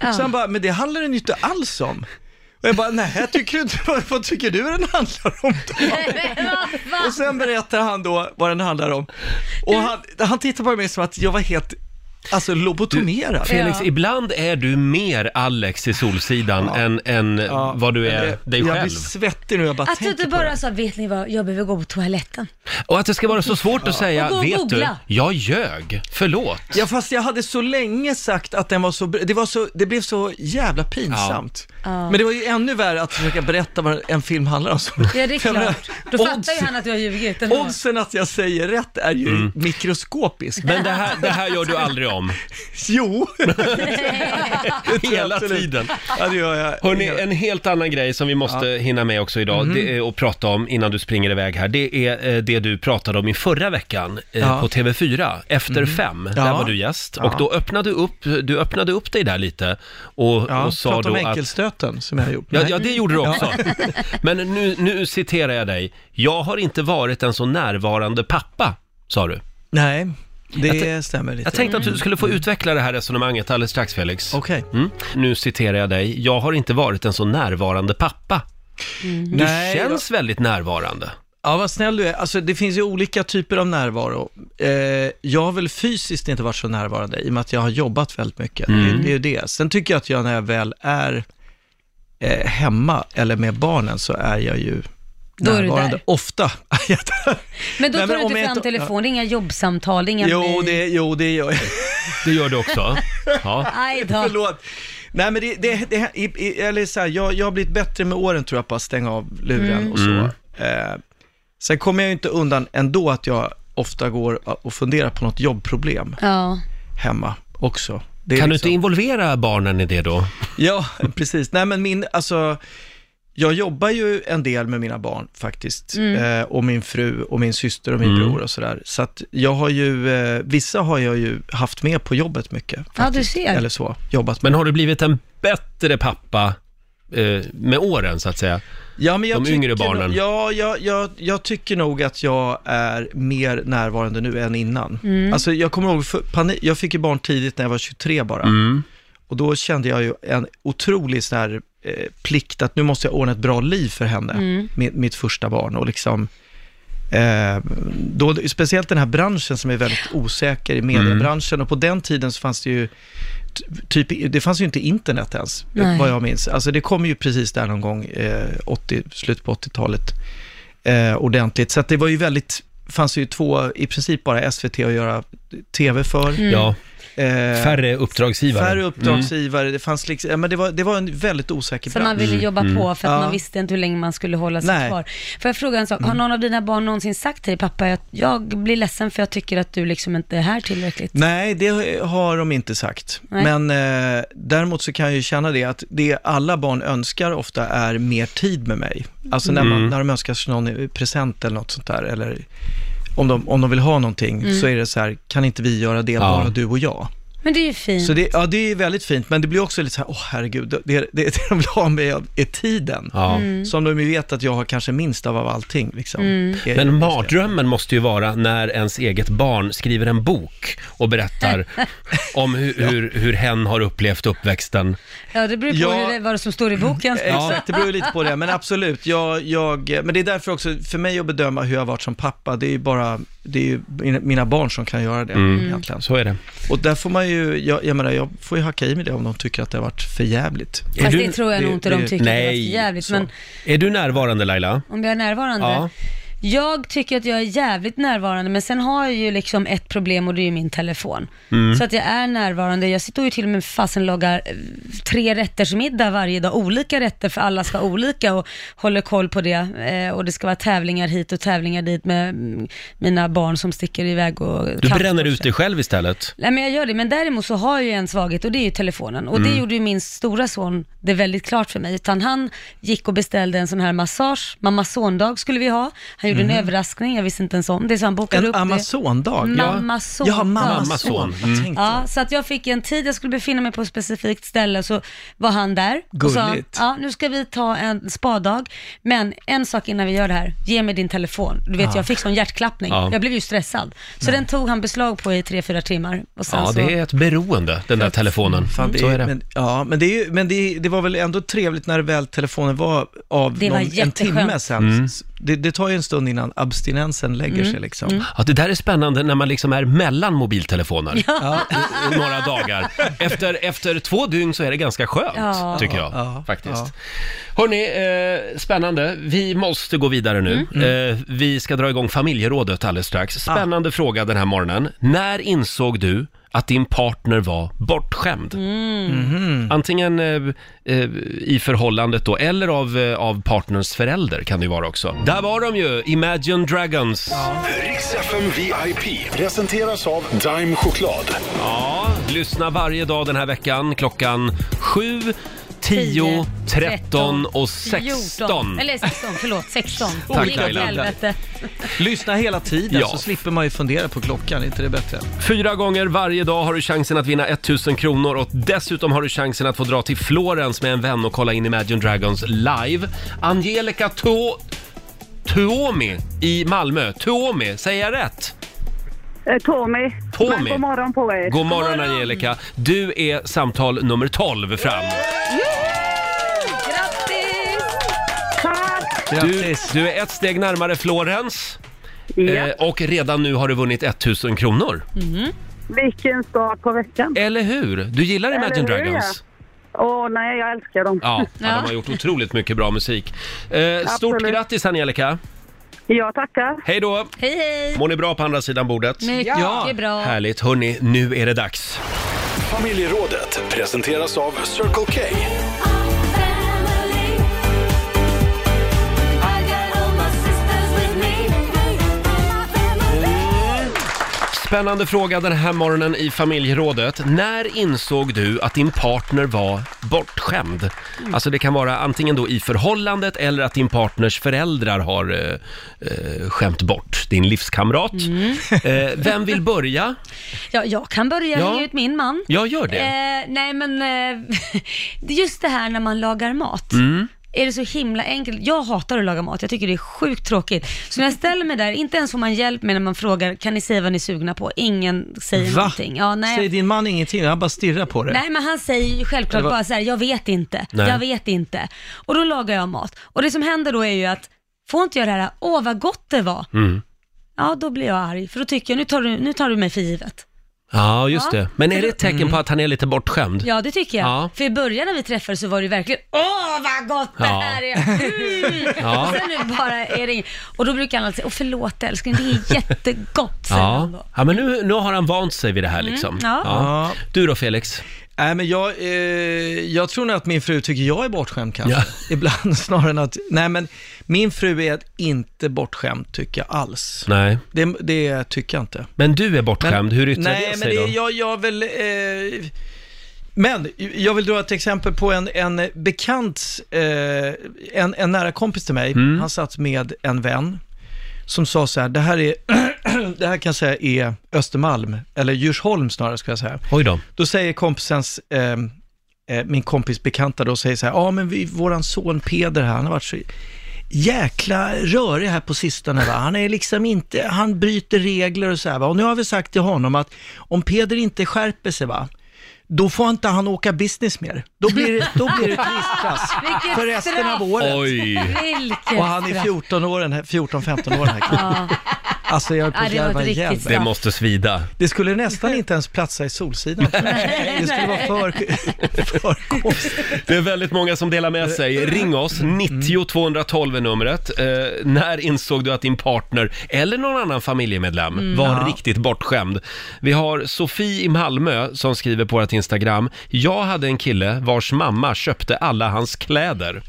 F: Så han bara, men det handlar den ju inte alls om. Och jag bara, nej, jag tycker inte, [LAUGHS] vad, vad tycker du den handlar om
B: [LAUGHS]
F: då? Och sen berättar han då vad den handlar om. Och han, han tittar på mig som att jag var helt, alltså lobotomerad.
A: Felix, ibland är du mer Alex i Solsidan än, än vad du är Eh, dig
F: jag
A: själv.
F: blir svettig nu, jag bara
B: Att du
F: tänker
B: inte
F: på det.
B: bara sa, vet ni vad, jag behöver gå på toaletten.
A: Och att det ska vara så svårt att säga,
B: Och gå och
A: vet
B: googla."
A: du, jag ljög. Förlåt.
F: Ja, fast jag hade så länge sagt att den var så, br- det, var så det blev så jävla pinsamt. Men det var ju ännu värre att försöka berätta vad en film
A: [LAUGHS]
F: handlar om.
B: Ja det är
F: Jag menar,
B: klart. Då fattar ju
F: odds-
B: han att du har ljugit. ändå.
A: Mm.
F: Oddsen att jag säger rätt är ju mikroskopisk. [LAUGHS]
A: Men det här, det här gör du aldrig om. [LAUGHS]
F: Jo,
A: Hela
F: absolut.
A: tiden.
F: ja, det gör jag.
A: Hörni, en helt annan grej som vi måste hinna med också idag
B: Mhm.
A: det är, och prata om innan du springer iväg här. Det är eh, det du pratade om i förra veckan eh,
F: Ja.
A: på TV4, Efter
B: Mhm.
A: fem. Där
F: Ja.
A: var du gäst
F: Ja.
A: och då öppnade du upp, du öppnade upp dig där lite och,
F: Ja,
A: och sa
F: prata om
A: då att
F: enkelstöten som jag har gjort.
A: Ja,
F: Nej.
A: ja, det gjorde du också.
F: [LAUGHS]
A: Men nu, nu citerar jag dig. Jag har inte varit en så närvarande pappa, sa du.
F: Nej,
A: Jag
F: det
A: tän-
F: stämmer lite. Mm.
A: Jag tänkte att du skulle få utveckla det här resonemanget alldeles strax, Felix.
F: Okej.
A: Mm. Nu citerar jag dig. Jag har inte varit en så närvarande pappa. Du
F: Nej,
A: känns väldigt närvarande.
F: Ja, vad snäll du är. Alltså, det finns ju olika typer av närvaro. Eh, jag har väl fysiskt inte varit så närvarande i och med att jag har jobbat väldigt mycket. Det, det är ju det. Sen tycker jag att jag när jag väl är eh, hemma eller med barnen så är jag ju
B: Då är du
F: närvarande.
B: där.
F: Ofta.
B: [LAUGHS]
F: [LAUGHS]
B: Men då tar
F: Nej, men
B: du
F: om
B: inte
F: jag
B: fram
F: inte-
B: telefon, det är inga jobbsamtal, det är inga
F: jo,
B: mejl.
F: det, jo, det gör jag.
A: Det gör du
F: [LAUGHS]
A: också. Ja.
B: Aj då.
F: Förlåt. Nej men det, det, det i, i, eller så här, jag, jag har blivit bättre med åren tror jag på att stänga av luren
B: Mm.
F: och så. Eh, sen kommer jag ju inte undan ändå att jag ofta går och funderar på något jobbproblem
B: Ja.
F: hemma också. Det är
A: Kan du inte
F: liksom-
A: involvera barnen i det då?
F: Ja, [LAUGHS] precis. Nej men min, alltså, jag jobbar ju en del med mina barn faktiskt.
B: Mm.
F: Eh, och min fru och min syster och
A: Mm.
F: min bror och sådär. Så att jag har ju, eh, vissa har jag ju haft med på jobbet mycket.
B: Ja, du
F: faktiskt.
B: ser.
F: Eller så, jobbat med.
A: Men har du blivit en bättre pappa eh, med åren, så att säga?
F: Ja, men jag
A: De yngre
F: tycker nog-
A: barnen.
F: Ja, jag, jag, jag tycker nog att jag är mer närvarande nu än innan.
B: Mm.
F: Alltså, jag kommer ihåg, för, panik, jag fick ju barn tidigt när jag var 23 bara. Och då kände jag ju en otrolig sån här eh, plikt att nu måste jag ordna ett bra liv för henne, mitt, mitt första barn. Och liksom, eh, då, speciellt den här branschen som är väldigt osäker i mediebranschen. Och på den tiden så fanns det ju, t- typ, det fanns ju inte internet ens,
B: Nej.
F: vad jag minns. Alltså det kom ju precis där någon gång, eh, 80, slutet på 80-talet, eh, ordentligt. Så att det var ju väldigt, fanns ju två, i princip bara SVT att göra tv för.
A: Ja,
F: Eh,
A: färre uppdragsgivare.
F: Färre
A: Mm.
F: uppdragsgivare, det fanns liksom, ja, men det var, det var en väldigt osäker
B: Så man
F: bransch.
B: ville jobba på för att
F: Mm. Ja.
B: man visste inte hur länge man skulle hålla sig
F: Nej. Mm.
B: kvar. Får jag fråga en sak? Har någon av dina barn någonsin sagt till dig, pappa, jag, jag blir ledsen för jag tycker att du liksom inte är här tillräckligt?
F: Nej, det har de inte sagt.
B: Nej.
F: Men eh, däremot så kan jag ju känna det att det alla barn önskar ofta är mer tid med mig. Alltså när,
A: Mm.
F: man, när de önskar sig någon present eller något sånt där, eller om de, om de vill ha någonting,
B: Mm.
F: så är det så här, kan inte vi göra det, bara du och jag?
B: Men det är ju fint.
F: Så det, ja, det är väldigt fint, men det blir också lite så här, åh herregud, det, det, det de vill ha med är tiden.
A: Ja.
B: Mm.
F: Som de ju vet att jag har kanske minst av, av allting. Liksom. Det-
A: Men mardrömmen måste ju vara när ens eget barn skriver en bok och
B: [LAUGHS]
A: berättar om hur, hur, hur hen har upplevt uppväxten.
B: Ja, det beror på
F: Ja.
B: hur det, vad det som står i boken.
F: Exakt, det beror ju lite på det. Men absolut, jag, jag, men det är därför också, för mig att bedöma hur jag har varit som pappa, det är ju bara, det är ju mina- mina barn som kan göra det
A: Mm.
F: egentligen.
A: Så är det.
F: Och där får man ju, jag, jag menar, jag får ju hacka i mig det om de tycker att det har varit för jävligt.
A: Är
B: Fast
A: du-
B: det tror jag
F: det-
B: nog inte de
F: det-
B: tycker det var
A: nej,
B: för jävligt.
F: så.
B: Men
A: Är du närvarande Laila?
B: om jag är närvarande.
A: Ja.
B: Jag tycker att jag är jävligt närvarande, men sen har jag ju liksom ett problem och det är ju min telefon.
A: Mm.
B: Så att jag är närvarande. Jag sitter ju till och med fasen lagar eh, tre rätters middag varje dag, olika rätter för alla ska ha olika och håller koll på det. Eh, och det ska vara tävlingar hit och tävlingar dit med mm, mina barn som sticker iväg och
A: Du
B: kampar
A: bränner
B: sig.
A: ut dig själv istället.
B: Nej men jag gör det, men däremot så har jag ju en svaghet och det är ju telefonen. Och
A: Mm.
B: det gjorde ju min stora son det väldigt klart för mig. Utan han gick och beställde en sån här massage, mamma sondag skulle vi ha. Han gjorde
A: Mhm.
B: en överraskning, jag visste inte ens om det. Så han bokade
F: En
B: upp det.
F: Amazon-dag.
B: Mamma son.
F: Ja, mamma
A: Mamma son. Mm.
F: son. Jag tänkte-
B: Ja, så att jag fick en tid, jag skulle befinna mig på ett specifikt ställe, så var han där. Och sa,
F: Gulligt.
B: ja, nu ska vi ta en spadag, men en sak innan vi gör det här, ge mig din telefon. Du vet, jag fick sån hjärtklappning.
A: Ja.
B: Jag blev ju stressad. Så den tog han beslag på i tre, fyra timmar. Och sen
A: Ja,
B: så... Mm.
A: det är ett beroende, den där telefonen.
F: Fan, det,
A: Så är det.
F: Men, ja, men, det, är ju, men det, det var väl ändå trevligt när väl telefonen var av
B: Det var
F: någon, en
B: jätteskönt.
F: timme sen.
A: Mm.
F: Det, det tar ju en stund innan abstinensen lägger
B: Mm.
F: sig liksom.
A: Ja, det där är spännande när man liksom är mellan mobiltelefoner i- i några dagar. Efter, efter två dygn så är det ganska skönt,
B: Ja.
A: tycker jag.
F: Ja,
A: faktiskt.
F: ja.
A: Hörni, eh, spännande. Vi måste gå vidare nu. Eh, vi ska dra igång familjerådet alldeles strax. Spännande fråga den här morgonen. När insåg du att din partner var bortskämd.
F: Mhm.
A: Antingen eh, eh, i förhållandet då, eller av, eh, av partners förälder kan det ju vara också. Där var de ju, Imagine Dragons.
D: Riks FM VIP presenteras av Dime Choklad.
A: Ja, lyssna varje dag den här veckan klockan 7, 10, 13 och 16.
B: Eller 16, förlåt, 16.
A: Tack,
B: Gick åt
A: Laila.
B: helvete.
F: Lyssna hela tiden
A: Ja.
F: så slipper man ju fundera på klockan, är inte det bättre?
A: Fyra gånger varje dag har du chansen att vinna 1000 kronor och dessutom har du chansen att få dra till Florens med en vän och kolla in Imagine Dragons live. Angelica Tu- Tuomi i Malmö. Tuomi, säger jag rätt?
G: Eh, Tommy.
A: Tommy.
G: Men god morgon på er.
A: God morgon Angelica. Du är samtal nummer 12 fram.
B: Grattis!
G: Tack!
A: Du,
F: Grattis!
A: du är ett steg närmare Florens
G: Ja,
A: eh, och redan nu har du vunnit 1000 kronor.
G: vilken start på veckan.
A: Eller hur? Du gillar Imagine
G: hur,
A: Dragons?
G: Åh nej, jag älskar dem.
A: Ja, ja,
B: Ja.
A: de har gjort otroligt mycket bra musik. Eh, stort
G: Absolut.
A: grattis Angelica!
G: Jag tackar.
A: Hej då!
B: Hej, hej.
A: Mår ni bra på andra sidan bordet?
B: Mycket
F: Ja.
B: bra.
A: Härligt, hörni, nu är det dags.
D: Familjerådet presenteras av Circle K.
A: Spännande fråga den här morgonen i familjerådet. När insåg du att din partner var bortskämd?
B: Mm.
A: Alltså det kan vara antingen då i förhållandet eller att din partners föräldrar har eh, eh, skämt bort din livskamrat.
B: Mm.
A: Eh, vem vill börja?
B: Ja, jag kan börja
A: Ja.
B: hänga ut min man.
A: Jag gör det.
B: Eh, nej men, eh, [LAUGHS] det är just det här när man lagar mat.
A: Mm.
B: Är det så himla enkelt? Jag hatar att laga mat, jag tycker det är sjukt tråkigt. Så när jag ställer mig där, inte ens får man hjälp med när man frågar, kan ni säga vad ni är sugna på? Ingen säger någonting. Ja, nej.
F: Säger din man ingenting? Han bara stirrar på dig.
B: Nej men han säger ju självklart
F: Eller vad-
B: bara så här, jag vet inte,
A: Nej.
B: jag vet inte. Och då lagar jag mat. Och det som händer då är ju att, får inte jag det här, åh vad gott det var.
A: Mm.
B: Ja då blir jag arg, för då tycker jag, nu tar du, nu tar du mig för givet.
A: Ja, just
B: Ja. Mm.
A: det. Men är det ett tecken på att han är lite bortskämd?
B: Ja det tycker jag.
A: Ja.
B: För i början när vi träffades så var det ju verkligen, åh vad gott det
A: Ja.
B: här är. Mm.
A: [LAUGHS] Ja.
B: Och sen nu bara är det inget. Och då brukar han alltid säga, åh förlåt älskling, det är jättegott, säger
A: Ja,
B: han då. Mm,
A: ja men nu, nu har han vant sig vid det här liksom.
B: ja.
F: Ja.
A: Du då Felix?
F: Nej, men jag, eh, jag tror nog att min fru tycker jag är bortskämd kanske.
A: Ja.
F: [LAUGHS] Ibland snarare än att... Nej, men min fru är inte bortskämd tycker jag alls.
A: Nej.
F: Det, det tycker jag inte.
A: Men du är bortskämd, hur yttrar
F: nej,
A: det
F: men
A: sig
F: det,
A: då?
F: Jag, jag vill... Eh, men jag vill dra ett exempel på en, en bekant, eh, en, en nära kompis till mig.
A: Mm.
F: Han satt med en vän som sa så här, det här, är, [CLEARS THROAT] det här kan jag säga är Östermalm, eller Djursholm snarare ska jag säga.
A: Oj då.
F: Då säger kompisens, eh, eh, min kompis bekanta då, säger så här, ja men vi, våran son Peder här, han har varit så jäkla rörig här på sistone. Va? Han är liksom inte, han bryter regler och så här. Va? Och nu har vi sagt till honom att om Peder inte skärper sig, va, då får inte han åka business mer. Då blir det, då blir det turistklass
B: [LAUGHS] Vilket
F: för resten
B: straff.
F: av året.
A: Oj.
B: Vilket
F: Och han är
B: straff.
F: 14 år, den här- 14-15 år den här killen.
B: Ja.
F: Alltså jag är på
B: Ja,
F: att
B: det var ett
F: garva
B: riktigt
F: ihjäl mig.
A: Det måste svida.
F: Det skulle nästan inte ens platsa
B: [LAUGHS]
F: i Solsidan. Det skulle vara för, för
A: [LAUGHS]
F: konstigt.
A: Det är väldigt många som delar med sig. Ring oss, 90 212 är numret. Eh, när insåg du att din partner eller någon annan familjemedlem var riktigt bortskämd? Vi har Sofie i Malmö som skriver på vårt Instagram. Jag hade en kille vars mamma köpte alla hans kläder.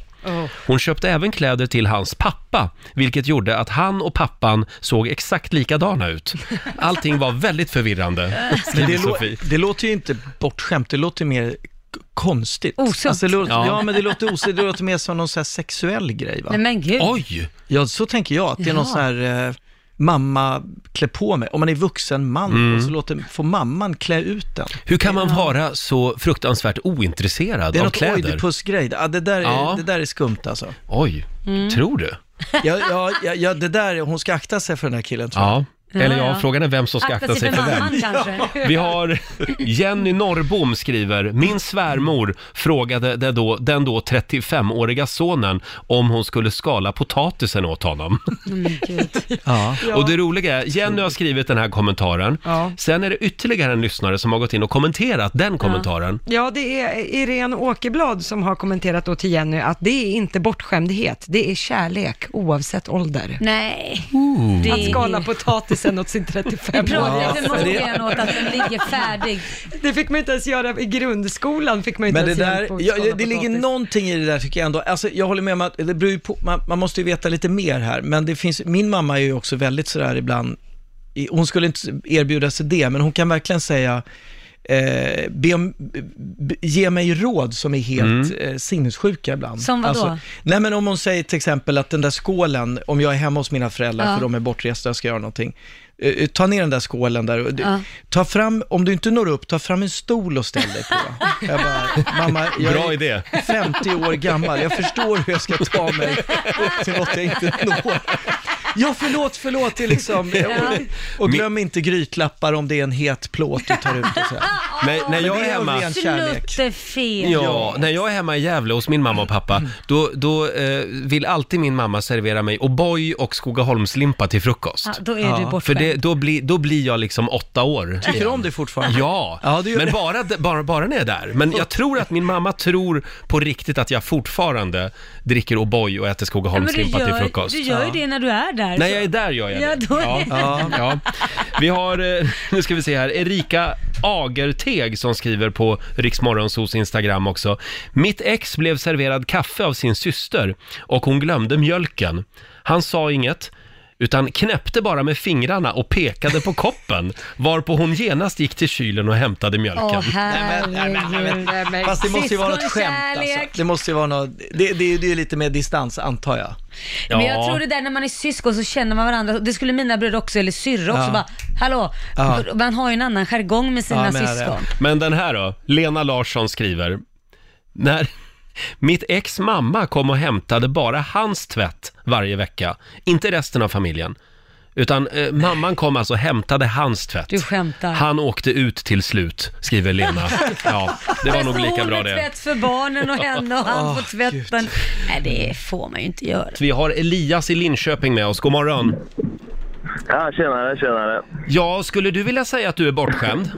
A: Hon köpte även kläder till hans pappa, vilket gjorde att han och pappan såg exakt likadana ut. Allting var väldigt förvirrande,
F: Men
A: skriver
F: det, lå-
A: Sofie.
F: det låter ju inte bortskämt, det låter mer k- konstigt.
B: Osunt.
F: Alltså, det låter,
A: Ja.
F: ja. men det låter osunt, det låter mer som någon så här sexuell grej va?
B: Nej men gud.
A: Oj!
F: Ja, så tänker jag, att det är någon
B: Ja.
F: så här eh, mamma klä på mig. Om man är vuxen man
A: Mm.
F: och så låter, får mamman klä ut den.
A: Hur kan man vara så fruktansvärt ointresserad
F: Det är
A: av
F: något
A: kläder?
F: Oidipus-grej. Ja, det, där är-
A: Ja.
F: det där är skumt alltså.
A: Oj, tror du?
F: Ja, ja, ja, ja, det där, hon ska akta sig för den här killen tror jag.
A: Ja. Eller ja,
B: Ja, ja.
A: frågan är vem som ska akta sig för vem.
B: mamman kanske.
A: Vi
F: [LAUGHS]
A: har Jenny Norrbom skriver, min svärmor frågade det då, den då 35-åriga sonen om hon skulle skala potatisen åt honom.
B: Men gud.
F: [LAUGHS] Ja.
A: Och det roliga är, Jenny har skrivit den här kommentaren.
C: Ja.
A: Sen är det ytterligare en lyssnare som har gått in och kommenterat den kommentaren.
C: Ja, det är Irene Åkerblad som har kommenterat då till Jenny att det är inte bortskämdhet, det är kärlek oavsett ålder.
B: Nej.
C: Att skala potatis sen
B: [LAUGHS]
C: åt sin 35
B: Prånglar
F: Ja,
B: förmodligen åt att den ligger färdig.
A: Eh,
C: Det fick man inte ens göra i grundskolan. Fick man inte
F: Men det
C: ens
F: där,
C: hjälp på att
F: ja,
C: skala
F: det ligger
C: potatis.
F: någonting i det där tycker jag ändå. Alltså, jag håller med om att det beror ju på, man, man måste ju veta lite mer här, men det finns, min mamma är ju också väldigt sådär ibland, i- hon skulle inte erbjuda sig det, men hon kan verkligen säga, eh, be om, be, ge mig råd som är helt eh, sinnessjuka ibland. Alltså,
B: Som vadå?
F: nej men om hon säger till exempel att den där skålen, om jag är hemma hos mina föräldrar för de är bortresta och ska göra någonting, eh, Ta ner den där skålen där. och du- Ta fram, om du inte når upp, ta fram en stol och ställ dig på. Jag bara, mamma, jag
A: Bra
F: är
A: idé.
F: 50 år gammal. Jag förstår hur jag ska ta mig upp till något jag inte når. Ja, förlåt, förlåt, det är liksom... Och glöm inte grytlappar om det är en het plåt du tar ut och så. här.
A: När, när jag
F: Men det
A: är
F: är
A: hemma...
F: ren kärlek.
B: Snuttefel.
A: Ja, när jag är hemma i Gävle hos min mamma och pappa, då, då eh, vill alltid min mamma servera mig O'boy och Skogaholmslimpa till frukost.
B: Ja, då är
F: Ja,
B: du
F: för
A: För
B: bortskämd.
A: det, då, blir, då blir jag liksom åtta år.
F: Tycker du om det fortfarande?
A: Ja,
F: Ja, det gör
A: men
F: det.
A: bara, bara, bara när jag är där. Men jag tror att min mamma tror på riktigt att jag fortfarande dricker O'boy och äter
B: Ja, men du
A: Skogaholmslimpa till
B: gör,
A: frukost.
B: du gör ju det när du är där.
A: När
B: så-
A: jag är där gör jag
B: Ja,
A: det.
B: då är det-
A: Ja, ja. Vi har, eh, nu ska vi se här, Erika Agerteg som skriver på Riksmorgonsos Instagram också. Mitt ex blev serverad kaffe av sin syster och hon glömde mjölken. Han sa inget utan knäppte bara med fingrarna och pekade på koppen varpå hon genast gick till kylen och hämtade mjölken.
B: Åh
F: Nej, men- nej, men- nej, men-
B: herregud.
F: Fast det måste ju vara något skämt alltså.
B: Syskonkärlek.
F: Det måste ju vara något, det, det, det är ju lite mer distans antar jag.
A: Ja.
B: Men jag tror det där när man är syskon så känner man varandra. Det skulle mina bröder också, eller syrror också.
F: Ja.
B: Bara, hallå!
F: Ja.
B: Man har ju en annan jargong med sina
F: Ja, men det är det.
B: syskon.
A: Men den här då, Lena Larsson skriver. När [LAUGHS] mitt ex mamma kom och hämtade bara hans tvätt varje vecka, inte resten av familjen. Utan eh, mamman kom alltså och hämtade hans tvätt.
B: Du skämtar.
A: Han åkte ut till slut, skriver
B: [LAUGHS]
A: Lena. Ja, det var nog
B: Så
A: lika
B: hon
A: bra
B: är
A: det.
B: tvätt för barnen och henne och han får tvätten. Nej, det får man ju inte göra.
A: Vi har Elias i Linköping med oss, god morgon.
H: Ja, tjenare, tjenare.
A: Ja, skulle du vilja säga att du är bortskämd?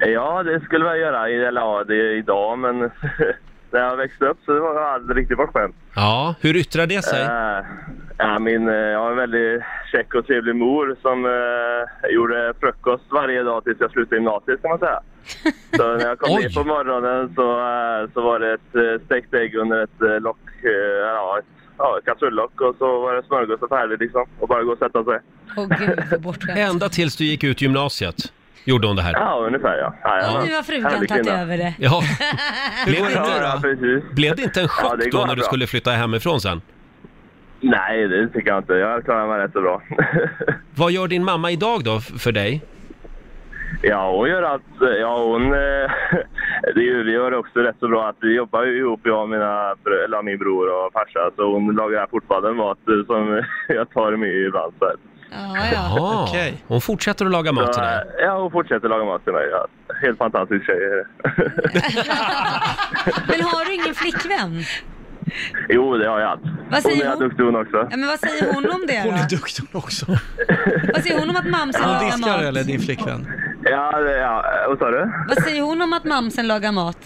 H: Ja, det skulle jag göra. Eller ja, det är idag, men [LAUGHS] när jag växte upp så var jag aldrig riktigt bortskämd.
A: Ja, hur yttrar det sig?
H: Äh, ja, min, eh, jag har en väldigt käck och trevlig mor som eh, gjorde frukost varje dag tills jag slutade gymnasiet, kan man
B: [LAUGHS]
H: säga. Så när jag kom
A: Oj.
H: ner på morgonen så, eh, så var det ett eh, stekt ägg under ett eh, lock, eh, ja, ett, ja, ett kastrullock och så var det smörgås och färdigt liksom. Och bara gå och sätta sig.
B: Åh gud, så bortskämt.
A: Ända tills du gick ut gymnasiet gjorde hon det här.
H: Ja, ungefär ja. Jajamän.
B: Nu har frugan
H: Härlig
B: tagit
H: kvinna.
B: över det. [LAUGHS]
A: Ja, blev det,
H: Ja, ja,
A: inte,
H: precis.
A: blev det inte en chock
H: Ja, det går
A: då när du
H: bra.
A: skulle flytta hemifrån sen?
H: Nej, det tycker jag inte. Jag klarar mig rätt så bra. [LAUGHS]
A: Vad gör din mamma idag då f- för dig?
H: ja, hon gör allt. Ja, hon... eh, [LAUGHS] Det gör, vi gör också rätt så bra att vi jobbar ju ihop, jag och mina, br- eller min bror och farsa. Så hon lagar fortfarande mat eh, som [LAUGHS] jag tar med ibland. Så här.
B: Ja, ja.
A: Jaha,
F: Okej.
A: hon fortsätter att laga mat till
H: Så, eh,
A: dig.
H: ja, hon fortsätter laga mat till mig. Ja. Helt fantastisk tjej. är det. [LAUGHS]
B: Men har du ingen flickvän?
H: jo, det har jag allt.
B: Vad säger
H: hon är
B: hon?
H: duktig hon också.
B: Ja, men vad säger hon om det
F: Hon är
B: då?
F: duktig hon också.
B: Vad säger hon om att mamsen
F: Hon
B: lagar
F: diskar
B: mat?
F: eller din flickvän?
H: Ja, det- ja, eh, vad sa du?
B: Vad säger hon om att mamsen lagar mat?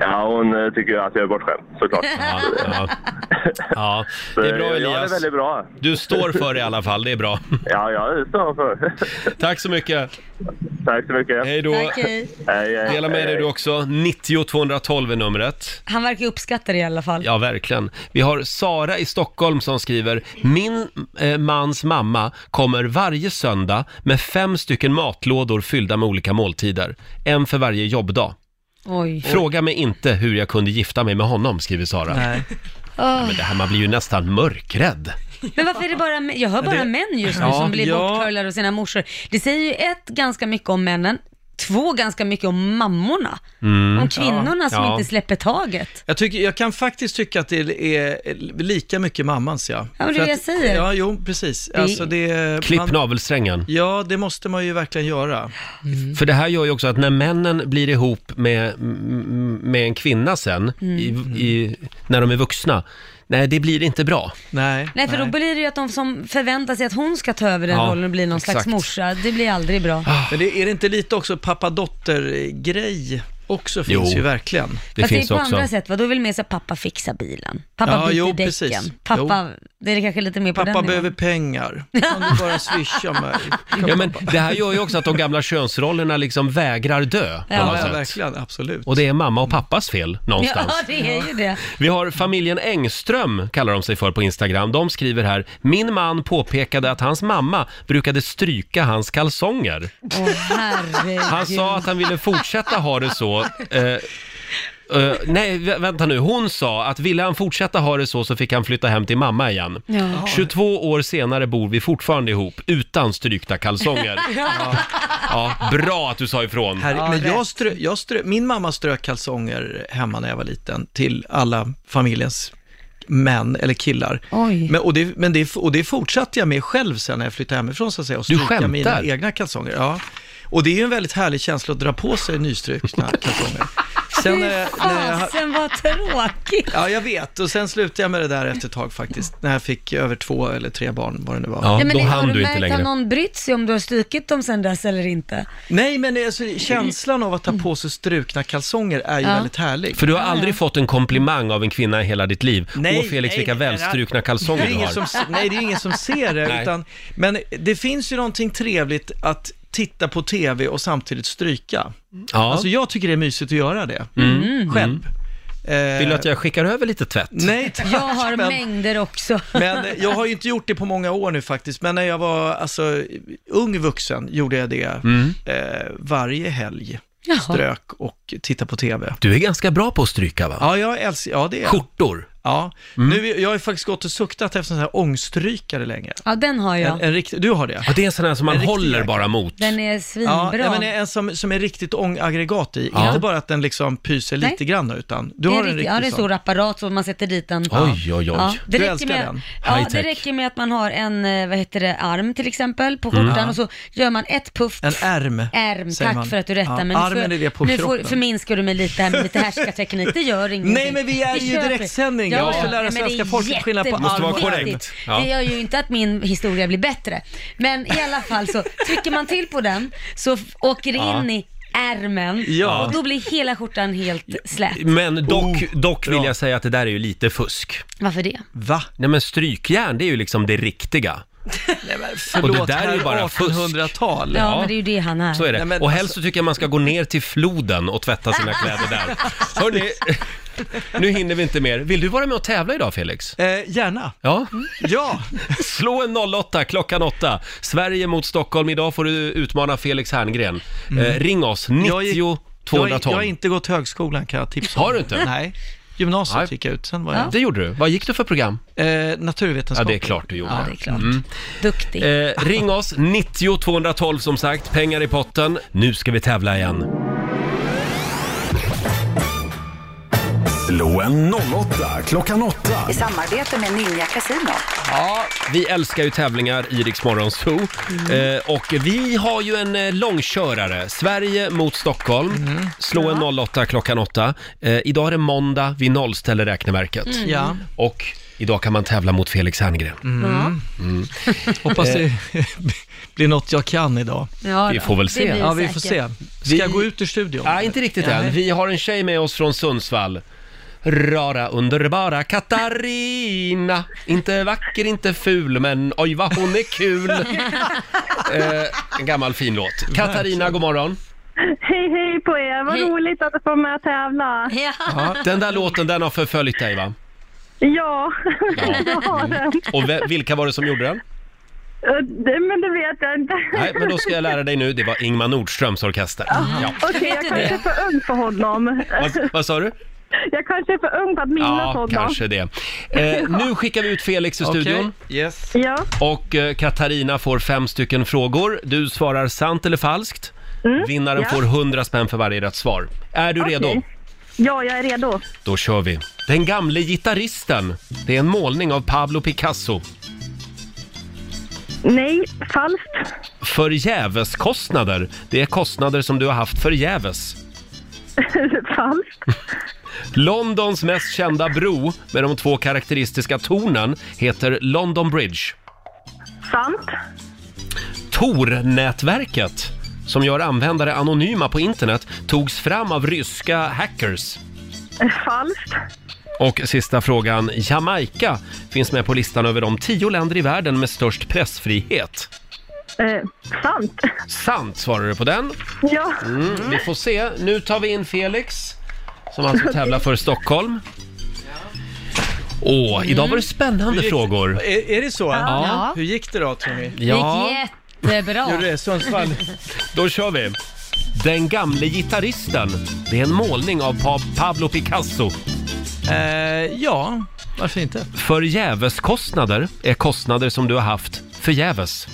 H: Ja, hon eh, tycker ju att jag är bortskämd,
A: [LAUGHS]
H: såklart.
A: Ja, ja. ja,
H: Så,
A: det är bra
H: eh, Ja, det är
A: Elias.
H: väldigt bra.
A: Du står för det i alla fall, det är bra. [LAUGHS]
H: Ja, ja, det står jag för. [LAUGHS]
A: Tack så mycket.
H: Tack så mycket.
A: Hej då.
B: Tack, hej.
H: Hej, hej.
A: Dela med dig du också. 90 212 är numret.
B: Han verkar uppskatta det i alla fall.
A: Ja, verkligen. Vi har Sara i Stockholm som skriver Min eh, mans mamma kommer varje söndag med fem stycken matlådor fyllda med olika måltider. En för varje jobbdag.
B: Oj.
A: Fråga mig inte hur jag kunde gifta mig med honom, skriver Sara.
F: Nej.
B: [LAUGHS] Åh.
A: Men det här, man blir ju nästan mörkrädd.
B: Men varför är det bara män? Jag hör bara
F: det-
B: män just nu
F: Ja,
B: som blir
F: ja.
B: bortcurlade av sina morsor. Det säger ju ett, ganska mycket om männen. Två, ganska mycket om mammorna.
F: Mm.
B: Om kvinnorna som
A: Ja.
B: inte släpper taget.
F: Jag, tycker, jag kan faktiskt tycka att det är lika mycket mammans, ja.
B: men det är
F: För
B: det
F: att-
B: jag säger.
F: Ja, jo, precis. Alltså, det,
A: Klipp
F: man-
A: navelsträngen.
F: Ja, det måste man ju verkligen göra.
B: Mm.
A: För det här gör ju också att när männen blir ihop med, m- med en kvinna sen,
B: Mm.
A: i, i, när de är vuxna, nej det blir inte bra.
F: Nej.
B: Nej, för då blir det ju att de som förväntar sig att hon ska ta över den
A: Ja,
B: rollen och bli någon
A: exakt.
F: Ah.
B: slags morsa, det blir aldrig bra.
F: Men det, är det inte lite också pappa-dotter-grej? också finns
A: Jo.
F: ju verkligen.
A: Det
B: Fast
A: finns
B: det är på
A: också.
B: andra sätt, va? då vill mer säga pappa fixa bilen. Pappa
F: Ja,
B: byter
F: jo,
B: däcken.
F: precis.
B: Pappa, det är kanske lite mer på
F: Pappa
B: den
F: behöver
B: nivån.
F: pengar. Kan du bara swisha mig? Kan
A: Ja, men det här gör ju också att de gamla könsrollerna liksom vägrar dö. på
B: Ja.
A: något
F: Ja,
A: sätt.
F: verkligen. Absolut.
A: Och det är mamma och pappas fel någonstans.
B: Ja, det är ju det.
A: Vi har familjen Engström, kallar de sig för på Instagram. De skriver här, min man påpekade att hans mamma brukade stryka hans kalsonger.
B: Åh
F: [LAUGHS]
B: herregud.
A: Han sa att han ville fortsätta ha det så. Eh, eh, nej, vä- vänta nu. Hon sa att ville han fortsätta ha det så så fick han flytta hem till mamma igen.
B: Ja.
A: 22 år senare bor vi fortfarande ihop, utan strykta
B: [LAUGHS]
A: kalsonger. Ja, bra att du sa ifrån.
F: Här, men jag strö, jag strö, min mamma strök kalsonger hemma när jag var liten till alla familjens män eller killar.
B: Oj.
F: Men, och, det, men det, och det fortsatte jag med själv sen när jag flyttade hemifrån så att säga och
A: Du
F: stryka mina
A: skämtar?
F: egna kalsonger. Ja. Och det är ju en väldigt härlig känsla att dra på sig nystrukna kalsonger. Sen, när jag- när jag,
B: Fasen vad tråkigt.
F: ja, jag vet. Och sen slutade jag med det där efter ett tag faktiskt. När jag fick över två eller tre barn, vad det nu var.
A: Ja,
B: Nej, men
A: då
B: har
A: hann du
B: märkt
A: inte längre.
B: Har någon brytt sig om du har strykit dem sen dess eller inte?
F: Nej, men det- alltså, känslan av att ta på sig strukna kalsonger är ju
B: Ja.
F: väldigt härlig.
A: För du har aldrig fått en komplimang av en kvinna i hela ditt liv.
F: Nej,
A: Åh Felix,
F: nej,
A: vilka
F: nej,
A: välstrukna kalsonger
F: Det är
A: du har.
F: ingen som, nej, det är ingen som ser det.
A: [LAUGHS] Nej.
F: Utan, men det finns ju någonting trevligt att titta på tv och samtidigt stryka.
A: Ja. Mm.
F: Alltså jag tycker det är mysigt att göra det, själv. Eh,
A: Vill du att jag skickar över lite tvätt?
F: Nej tack,
B: Jag har
F: men,
B: mängder också.
F: men jag har ju inte gjort det på många år nu faktiskt, men när jag var alltså, ung vuxen gjorde jag det
A: Mm.
F: eh, varje helg.
B: Jaha.
F: Strök och titta på tv.
A: Du är ganska bra på att stryka va?
F: Ja, jag älskar, ja det är jag.
A: Skjortor.
F: ja.
A: Mm.
F: Nu, är- Jag har ju faktiskt gått och suktat efter en sån här ångstrykare länge.
B: Ja, den har
F: En,
B: jag.
F: en rikt, du har det?
A: Ja, det är en sån här som man
F: En riktig
A: håller
F: jäkel.
A: bara mot.
B: Den är
F: Ja,
B: svinbra.
F: nej, men en som, som är riktigt ångaggregat i.
A: Ja.
F: Inte bara att den liksom pyser
B: Nej.
F: lite grann utan
B: Det
F: du
B: är
F: har en
B: riktigt-
F: riktig
B: ja, det är en
F: sån.
B: stor apparat som man sätter dit en...
A: Oj, oj, oj.
B: Ja, det
F: Du
B: räcker
F: älskar
B: med,
F: den.
B: Ja, det
A: High-tech.
B: räcker med att man har en, eh, vad heter det, arm till exempel på skjortan och så gör man ett puff.
F: En ärm.
B: Ärm,
F: säger
B: tack
F: man.
B: för att du rättar
F: Ja,
B: mig. Nu
F: armen
B: får-
F: är det på
B: Nu
F: kroppen.
B: får, förminskar du mig lite här med
F: [LAUGHS]
B: lite härskarteknik, det gör ingenting.
F: Nej, men vi är ju i
B: köper.
F: direktsändning. Jag måste lära
B: men det är
F: svenska folket skillnad på
B: jätteviktigt.
A: arm och Måste vara korrekt. Ja.
B: Det gör ju inte att min historia blir bättre. Men i alla fall så [LAUGHS] trycker man till på den så f- åker det in i ärmen
F: Ja.
B: och då blir hela skjortan helt slät.
A: Men dock,
F: Oh,
A: dock vill
F: bra.
A: jag säga att det där är ju lite fusk.
B: Varför det?
F: Va?
A: Nej men strykjärn, det är ju liksom det riktiga.
F: Förlåt,
A: där är ju
F: herr
A: bara fusk.
F: 1800-tal.
B: Ja,
A: Ja.
B: men det är ju det han är.
A: Så är det.
F: Nej, men
A: och helst
F: alltså-
A: så tycker jag man ska gå ner till floden och tvätta
F: [LAUGHS]
A: sina kläder där. Hörrni, nu hinner vi inte mer. Vill du vara med och tävla idag Felix?
F: Eh, gärna.
A: Ja. [LAUGHS]
F: Ja,
A: Slå en 08 klockan 8. Sverige mot Stockholm. Idag får du utmana Felix Herngren. Eh, ring oss, 90
F: Jag gick- jag, jag
A: 212.
F: har inte gått högskolan kan jag tipsa om.
A: Har du inte?
F: Nej. Gymnasiet
A: Nej.
F: gick jag ut, sen var
A: Det gjorde du. Vad gick du för program?
F: jag eh,
A: Ja,
F: naturvetenskap.
A: det är klart du gjorde.
B: Ja, det är klart. Duktig.
A: Eh, ring oss, 90 212 som sagt, pengar i potten. Nu ska vi tävla igen.
D: Slå en 08 klockan 8.
I: I samarbete med Ninja Casino.
A: Ja, vi älskar ju tävlingar i Rix Morgon Zoo. Eh, och vi har ju en eh, långkörare, Sverige mot Stockholm. Slå en 08 klockan 8. Eh, idag är det måndag, vi nollställer räkneverket.
B: Mm.
F: Ja,
A: Och idag kan man tävla mot Felix Herngren.
F: hoppas det [LAUGHS] blir något jag kan idag.
B: ja,
A: vi
B: då.
A: får väl
B: Det
A: se.
B: blir
F: Ja, vi får
B: säkert.
F: se. Ska jag
A: Vi-
F: gå ut ur studion?
A: Ja, inte riktigt än.
F: Nej.
A: Vi har en tjej med oss från Sundsvall. Rara, underbara Katarina. Inte vacker, inte ful, men oj vad hon är kul. eh, en gammal fin låt. Katarina, god morgon.
G: Hej, hej på er. Vad
B: Hej.
G: roligt att du får med och tävla.
E: [LAUGHS]
B: Ja.
A: Den där låten, den har förföljt dig va?
G: Ja, [LAUGHS] jag har den.
A: Och ve- vilka var det som gjorde den?
G: Eh, det- Men det vet jag inte.
A: Nej, men då ska jag lära dig nu. Det var Ingmar Nordströms orkester. Ja.
G: [LAUGHS] Okej,
B: Vet
G: jag
B: du
G: kanske är för ung för honom.
A: Vad, vad sa du?
G: Jag kanske är för ung för att minnas
A: Ja,
G: honom.
A: kanske det. Eh, nu skickar vi ut Felix ur
F: Okej,
A: studion.
F: Yes.
G: Ja,
A: Och eh, Katarina får fem stycken frågor. Du svarar sant eller falskt. Vinnaren
G: Mm, ja.
A: får 100 spänn för varje rätt svar. Är du redo?
G: Okej. ja, jag är redo.
A: Då kör vi. Den gamle gitarristen. Det är en målning av Pablo Picasso.
G: Nej, falskt. [LAUGHS]
A: Förgäveskostnader. Det är kostnader som du har haft förgäves.
G: falskt.
A: Londons mest kända bro med de två karaktäristiska tornen heter London Bridge.
G: Sant.
A: Tornätverket som gör användare anonyma på internet togs fram av ryska hackers?
G: Eh, Falskt.
A: Och sista frågan. Jamaica finns med på listan över de tio länder i världen med störst pressfrihet.
G: Eh, sant. [LAUGHS]
A: Sant svarar du på den.
G: Ja.
A: Mm, vi får se. Nu tar vi in Felix som alltså tävlar för Stockholm. Åh, idag var det spännande frågor.
F: Är, är det så?
A: Ja.
F: Hur gick det då tror ni?
A: Ja,
E: Det gick jättebra.
F: Gjorde det? Sundsvall?
A: då kör vi. Den gamle gitarristen. Det är en målning av Pa- Pablo Picasso.
F: eh, ja, varför inte?
A: Förgäveskostnader är kostnader som du har haft förgäves.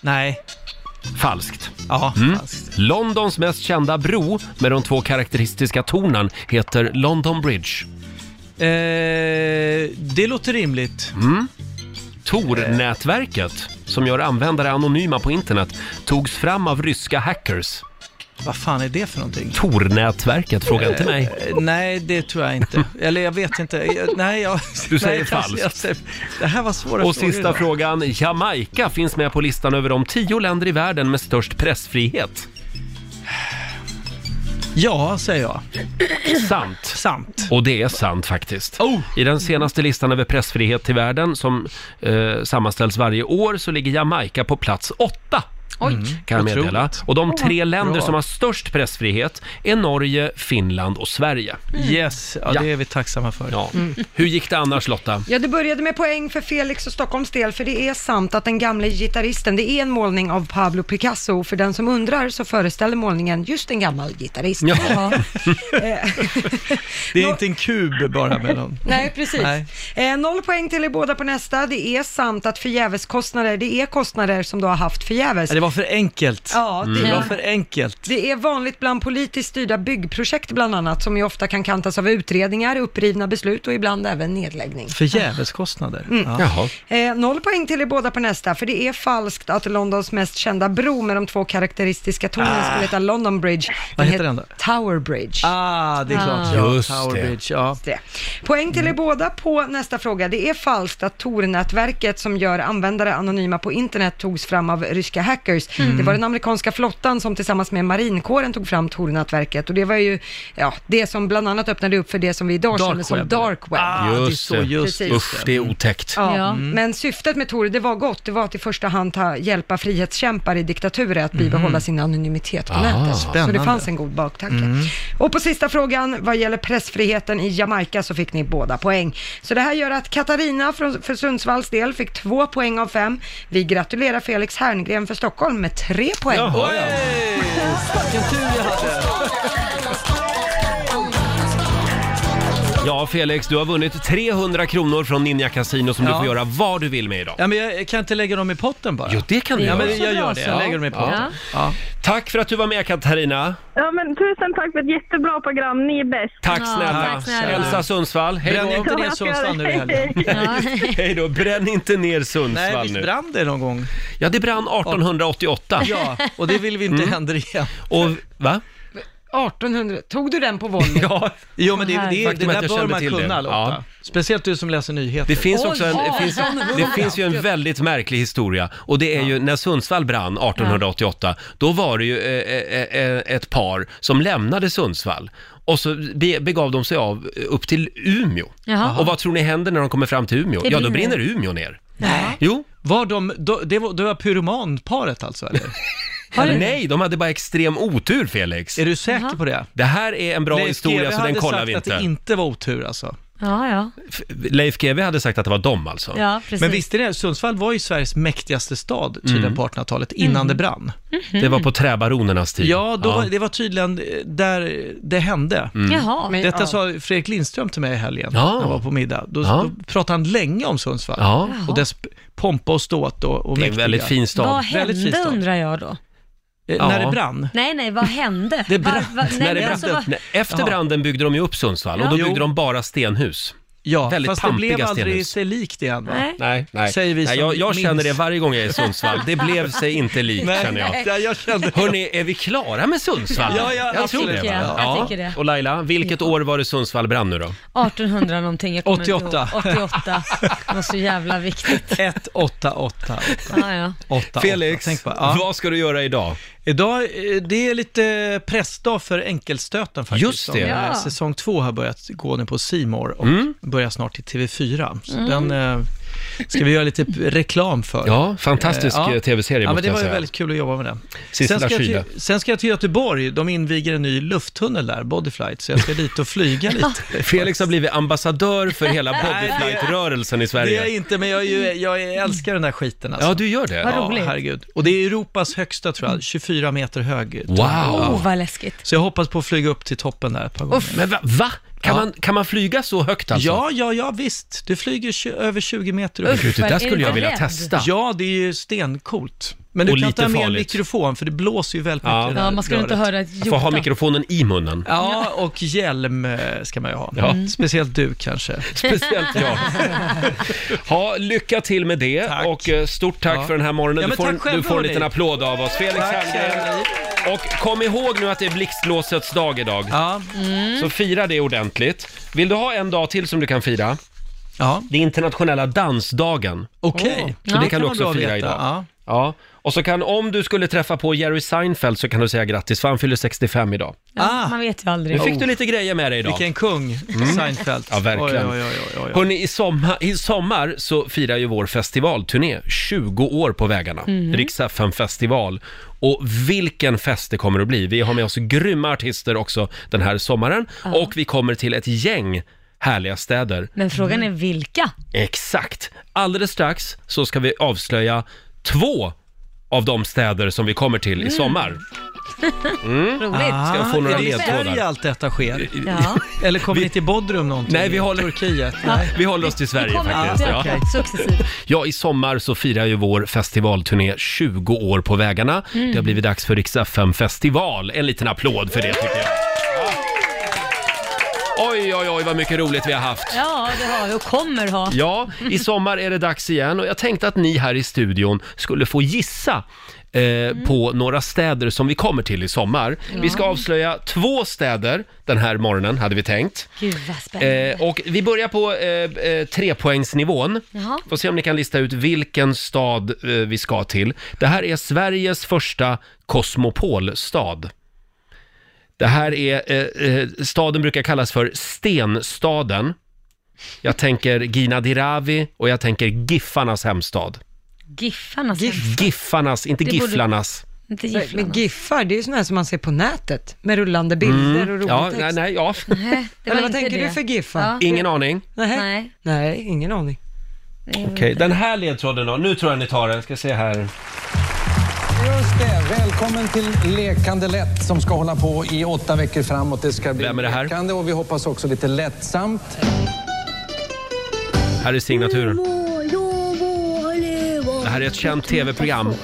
F: Nej,
A: Falskt.
F: ja,
A: Mm.
F: falskt.
A: Londons mest kända bro med de två karaktäristiska tornen heter London Bridge.
F: Eh, det låter rimligt.
A: Mm. Tor-nätverket, som gör användare anonyma på internet, togs fram av ryska hackers.
F: Vad fan är det för någonting?
A: Tor-nätverket, fråga inte mig.
F: Eh, Nej, det tror jag inte. Eller jag vet inte. Jag, nej, jag...
A: Du säger
F: nej, jag-
A: falskt.
F: jag säger- det här var svåra
A: Och
F: frågor
A: sista
F: idag.
A: frågan, Jamaica finns med på listan över de tio länder i världen med störst pressfrihet.
F: Ja, säger jag.
A: Sant.
F: Sant.
A: Och det är sant faktiskt.
F: Oh!
A: I den senaste listan över pressfrihet i världen som eh, sammanställs varje år så ligger Jamaica på plats åtta. Mm. kan jag
F: otroligt.
A: meddela. Och de tre länder
F: bra.
A: som har störst pressfrihet är Norge, Finland och Sverige.
F: Yes, ja,
A: Mm. Ja.
F: det är vi tacksamma för.
A: Ja. Hur gick det annars Lotta?
C: Ja, det började med poäng för Felix och Stockholms del, för det är sant att den gamle gitarristen, det är en målning av Pablo Picasso. För den som undrar så föreställer målningen just en gammal gitarrist.
A: Ja.
C: Eh,
F: Det är inte en kub bara med någon.
C: Nej, precis.
F: Nej.
C: Eh, noll poäng till er båda på nästa. Det är sant att förgäveskostnader, det är kostnader som du har haft förgäves.
F: Ja, Det var Mm. för enkelt.
C: Ja, det,
F: Det var för enkelt.
C: Det är vanligt bland politiskt styrda byggprojekt bland annat, som ju ofta kan kantas av utredningar, upprivna beslut och ibland även nedläggning.
F: Förgäveskostnader. Ja.
A: Mm. Jaha.
C: Eh, noll poäng till er båda på nästa, för det är falskt att Londons mest kända bro med de två karaktäristiska tornen skulle heta London Bridge.
F: Ah. Vad heter den då?
C: Tower Bridge.
F: Ah, det är klart. Ja.
A: Just
F: Tower
A: det.
F: Bridge, ja.
C: Det. Poäng
F: Mm.
C: till er båda på nästa fråga. Det är falskt att Tor-nätverket som gör användare anonyma på internet togs fram av ryska hackers.
F: Mm.
C: Det var den amerikanska flottan som tillsammans med marinkåren tog fram Tor-nätverket och det var ju ja, det som bland annat öppnade upp för det som vi idag
F: Dark
C: känner som
F: web.
C: dark web.
F: Ah, det är
A: Just
F: så,
A: det.
F: just
C: Precis.
F: det.
A: Usch, det är otäckt.
C: Ja.
E: Ja.
C: Men syftet med Tor, det var gott, det var att i första hand ta, hjälpa frihetskämpar i diktaturer att bibehålla
A: Mhm.
C: sin anonymitet på
A: Ah,
C: nätet. Så
F: spännande.
C: det fanns en god baktanke.
A: Mm.
C: Och på sista frågan, vad gäller pressfriheten i Jamaica så fick ni båda poäng. Så det här gör att Katarina från, för Sundsvalls del fick två poäng av fem. Vi gratulerar Felix Herngren för Stockholm med tre poäng.
A: Jaha, ja. Ja, Felix, du har vunnit 300 kronor från Ninja Casino som du
F: Ja.
A: får göra vad du vill med idag.
F: Ja, men jag kan inte lägga dem i potten bara.
A: Jo, det kan du
F: Ja,
A: göra.
F: men jag gör det.
E: så.
F: Jag lägger dem i potten.
E: Ja.
F: Ja.
A: Tack för att du var med Katarina.
G: ja, men tusen tack för ett jättebra program. Ni är bäst.
A: Tack
E: Ja,
A: snälla.
E: tack snälla.
A: Elsa Sundsvall, hej
F: Bränn
A: då.
F: inte ner Sundsvall nu i helgen.
E: Ja.
A: [LAUGHS] Hej då. Bränn inte ner
F: [LAUGHS] Nej,
A: Sundsvall
F: visst
A: nu.
F: brann det någon gång?
A: Ja, det brann 1888.
F: Ja, och det vill vi inte händer igen.
A: Och, va?
C: 1800, tog du den på volley?
A: Ja.
F: Jo, men det, det, det
A: Faktum är att jag
F: där bör
A: kände
F: man
A: till det.
F: kunna, Lotta.
A: Ja.
F: Speciellt du som läser nyheter.
A: Det finns
E: Oj,
A: också en, det finns, det finns ju en väldigt märklig historia och det är ju när Sundsvall brann 1888, då var det ju eh, eh, eh, ett par som lämnade Sundsvall och så be- begav de sig av eh, upp till Umeå.
E: Jaha.
A: Och vad tror ni händer när de kommer fram till Umeå?
E: Det
A: Ja, då
E: brinner.
A: brinner Umeå ner. Nej. Jo,
F: Var de, då- det var, det var pyromanparet alltså, [LAUGHS] eller?
A: nej, de hade bara extrem otur Felix.
F: Är du säker på det?
A: Det här är en bra
F: Leif
A: historia
F: GW
A: så den
F: hade
A: kollar
F: sagt
A: vi inte.
F: att det inte var otur alltså.
E: ja, ja.
A: F- Leif GW hade sagt att det var dem alltså.
E: Ja, precis.
F: Men visste ni det? Sundsvall var ju Sveriges mäktigaste stad tydligen på 1800-talet, innan det brann.
A: Det var på träbaronernas tid.
F: Mm. Ja, då Var, det var tydligen eh, där det hände.
E: Jaha.
C: Men-
F: Detta
C: ja.
F: sa Fredrik Lindström till mig i helgen,
A: Ja.
F: när han var på middag. Då,
A: Ja.
F: då pratade han länge om Sundsvall
A: Ja.
F: och dess pompa och ståt och, och
A: Det är en
F: mäktiga.
A: väldigt fin stad.
E: vad
F: väldigt fin
E: hände
F: stad.
E: undrar jag då?
F: Eh,
A: Ja.
F: När det brann.
E: Nej, nej, vad hände?
F: Det brann.
E: nej,
A: När det
E: men
A: brann,
E: alltså, vad,
A: nej, efter
F: Jaha.
A: branden byggde de ju upp Sundsvall och
E: Ja.
A: då
F: Jo.
A: byggde de bara stenhus.
F: Ja,
A: Väldigt
F: fast det blev
A: pampiga
F: aldrig
A: stenhus.
F: sig likt igen va?
E: nej.
A: Nej, nej.
F: Säger vi
A: nej
F: som
A: jag jag
F: minns.
A: känner det varje gång jag är i Sundsvall. Det blev sig inte likt känner jag. [LAUGHS]
F: Ja, jag kände
A: Hörni, är vi klara med Sundsvall?
F: Ja, ja,
A: jag tror det.
F: absolut.
A: va?
E: Jag
A: Ja.
E: tycker det.
A: Och Laila, vilket år var det Sundsvall brann nu då?
E: 1800 någonting, jag kommer
F: 88.
E: inte ihåg. 88. Det var så jävla viktigt.
F: 1, 8, 8, 8,
E: Ja, ja.
F: 8.
A: Felix,
F: Tänk på, ja.
A: vad ska du göra idag?
F: Idag, eh, det är lite pressdag för enkelstöten faktiskt.
A: Just
F: som,
A: det.
F: eh,
B: Ja.
F: Säsong två har börjat gå nu på Simor och
A: Mm.
F: börjar snart till TV4. Så den eh, ska vi göra lite p- reklam för.
A: Ja, fantastisk
F: Eh,
A: eh, tv-serie
F: ja, men
A: måste
F: det
A: jag
F: var ju
A: säga.
F: väldigt kul att jobba med den.
A: Sissela
F: Sen ska, jag till,
A: Kyle.
F: sen ska jag till Göteborg, de inviger en ny lufttunnel där, Bodyflight, så jag ska dit
A: [LAUGHS]
F: och flyga lite.
A: Felix har blivit ambassadör för hela
F: Nej, det-
A: bodyflight-rörelsen i
F: Det är jag
A: Sverige.
F: inte, men jag, är ju, jag älskar den där skiten alltså.
A: Ja, du gör det?
F: ja, herregud. Och det är Europas högsta tror jag, 24 meter hög.
A: Wow!
E: Oh, vad läskigt.
F: Så jag hoppas på att flyga upp till toppen där ett par gånger.
A: Men va? va? Kan,
F: Ja.
A: man, kan man flyga så högt alltså?
F: Ja, ja, ja visst. Du flyger tju- över 20 meter upp.
A: Gud, det
E: Är
A: där
E: du
A: skulle jag vilja
E: rädd?
A: testa.
F: Ja, det är ju stencoolt. Men du
A: Och
F: kan
A: lite
F: inte ha med en
A: farligt.
F: mikrofon, för det blåser ju väldigt
A: Ja.
F: mycket. i det
E: Ja,
F: här
E: man skulle inte
F: röret.
E: höra ett
A: Får ha
E: jota.
A: mikrofonen i munnen.
F: [LAUGHS] Ja, och hjälm eh, ska man ju ha.
A: Ja.
F: Mm. Speciellt du kanske.
A: Speciellt jag. [LAUGHS] Ha, lycka till med det
F: Tack.
A: och eh, stort tack
F: Ja.
A: för den här morgonen.
F: Ja,
A: du
F: men
A: får,
F: tack
A: du
F: själv,
A: får en
F: hörni.
A: liten applåd av oss. Felix Herngren.
F: Mm.
A: Och kom ihåg nu att det är blixtlåsets dag idag.
F: Ja,
A: Så fira det ordentligt. Vill du ha en dag till som du kan fira?
F: ja.
A: Det är internationella dansdagen.
F: okej.
A: Så det kan du
F: vara
A: också
F: bra att
A: fira
F: veta.
A: idag.
F: Ja.
A: Ja. Och så kan, om du skulle träffa på Jerry Seinfeld så kan du säga grattis för han fyller 65 idag.
F: Ah.
E: Man vet ju
A: Nu
E: aldrig.
A: fick du lite grejer med dig idag.
F: Vilken kung, Seinfeld.
A: Mm. Ja, verkligen.
F: Oj, oj, oj, oj, oj.
A: Hörrni, i sommar, i sommar så firar ju vår festivalturné 20 år på vägarna. Rix FM festival. Och vilken fest det kommer att bli. Vi har med oss grymma artister också den här sommaren. Och vi kommer till ett gäng härliga städer.
E: Men frågan är vilka?
A: Exakt. Alldeles strax så ska vi avslöja två av de städer som vi kommer till i sommar.
E: Roligt.
A: jag få några
F: är det i
A: ledtrådar?
F: Sverige allt detta sker?
E: Ja.
F: Eller kommer ni till Bodrum någonting?
A: Nej, vi håller- [LAUGHS]
F: Turkiet?
A: Vi håller oss till
E: Vi
A: Sverige
E: kommer
A: faktiskt.
E: att öka successivt.
A: Ja, i sommar så firar ju vår festivalturné 20 år på vägarna.
E: Mm.
A: Det har blivit dags för Rix FM festival. En liten applåd för det tycker jag. Ja. Oj, oj, oj vad mycket roligt vi har haft.
E: Ja, det har vi och kommer ha.
A: Ja, i sommar är det dags igen och jag tänkte att ni här i studion skulle få gissa
E: Mm.
A: eh, på några städer som vi kommer till i sommar. Vi ska avslöja två städer den här morgonen, hade vi tänkt.
E: Gud vad spännande.
A: Eh, och vi börjar på eh, eh, trepoängsnivån.
E: Jaha.
A: Får se om ni kan lista ut vilken stad eh, vi ska till. Det här är Sveriges första kosmopolstad. Det här är, eh, eh, staden brukar kallas för Stenstaden. Jag tänker Gina Dirawi och jag tänker Giffarnas hemstad.
E: Giffarnas Giff.
A: Giffarnas, inte
E: Det borde-
A: Gifflarnas.
E: Inte
C: Nej,
E: gifflarna.
C: Men giffar, det är ju sådana här som man ser på nätet med rullande bilder och
A: Mm.
C: rolig
A: Ja,
C: text.
A: nej, nej, ja.
E: Nej, det var
C: Eller vad
E: inte
C: tänker
E: det.
C: du för giffar?
E: Ja.
A: Ingen aning.
C: Nej. nej.
E: Nej.
C: ingen aning.
A: Okej, den här ledtråden då. Nu tror jag ni tar den. Ska se här.
J: Just det. Välkommen till Lekande lätt som ska hålla på i åtta veckor framåt. Det ska bli
A: Vem är det här?
J: lekande och vi hoppas också lite lättsamt.
A: Här är signaturen. Det här är ett känt tv-program.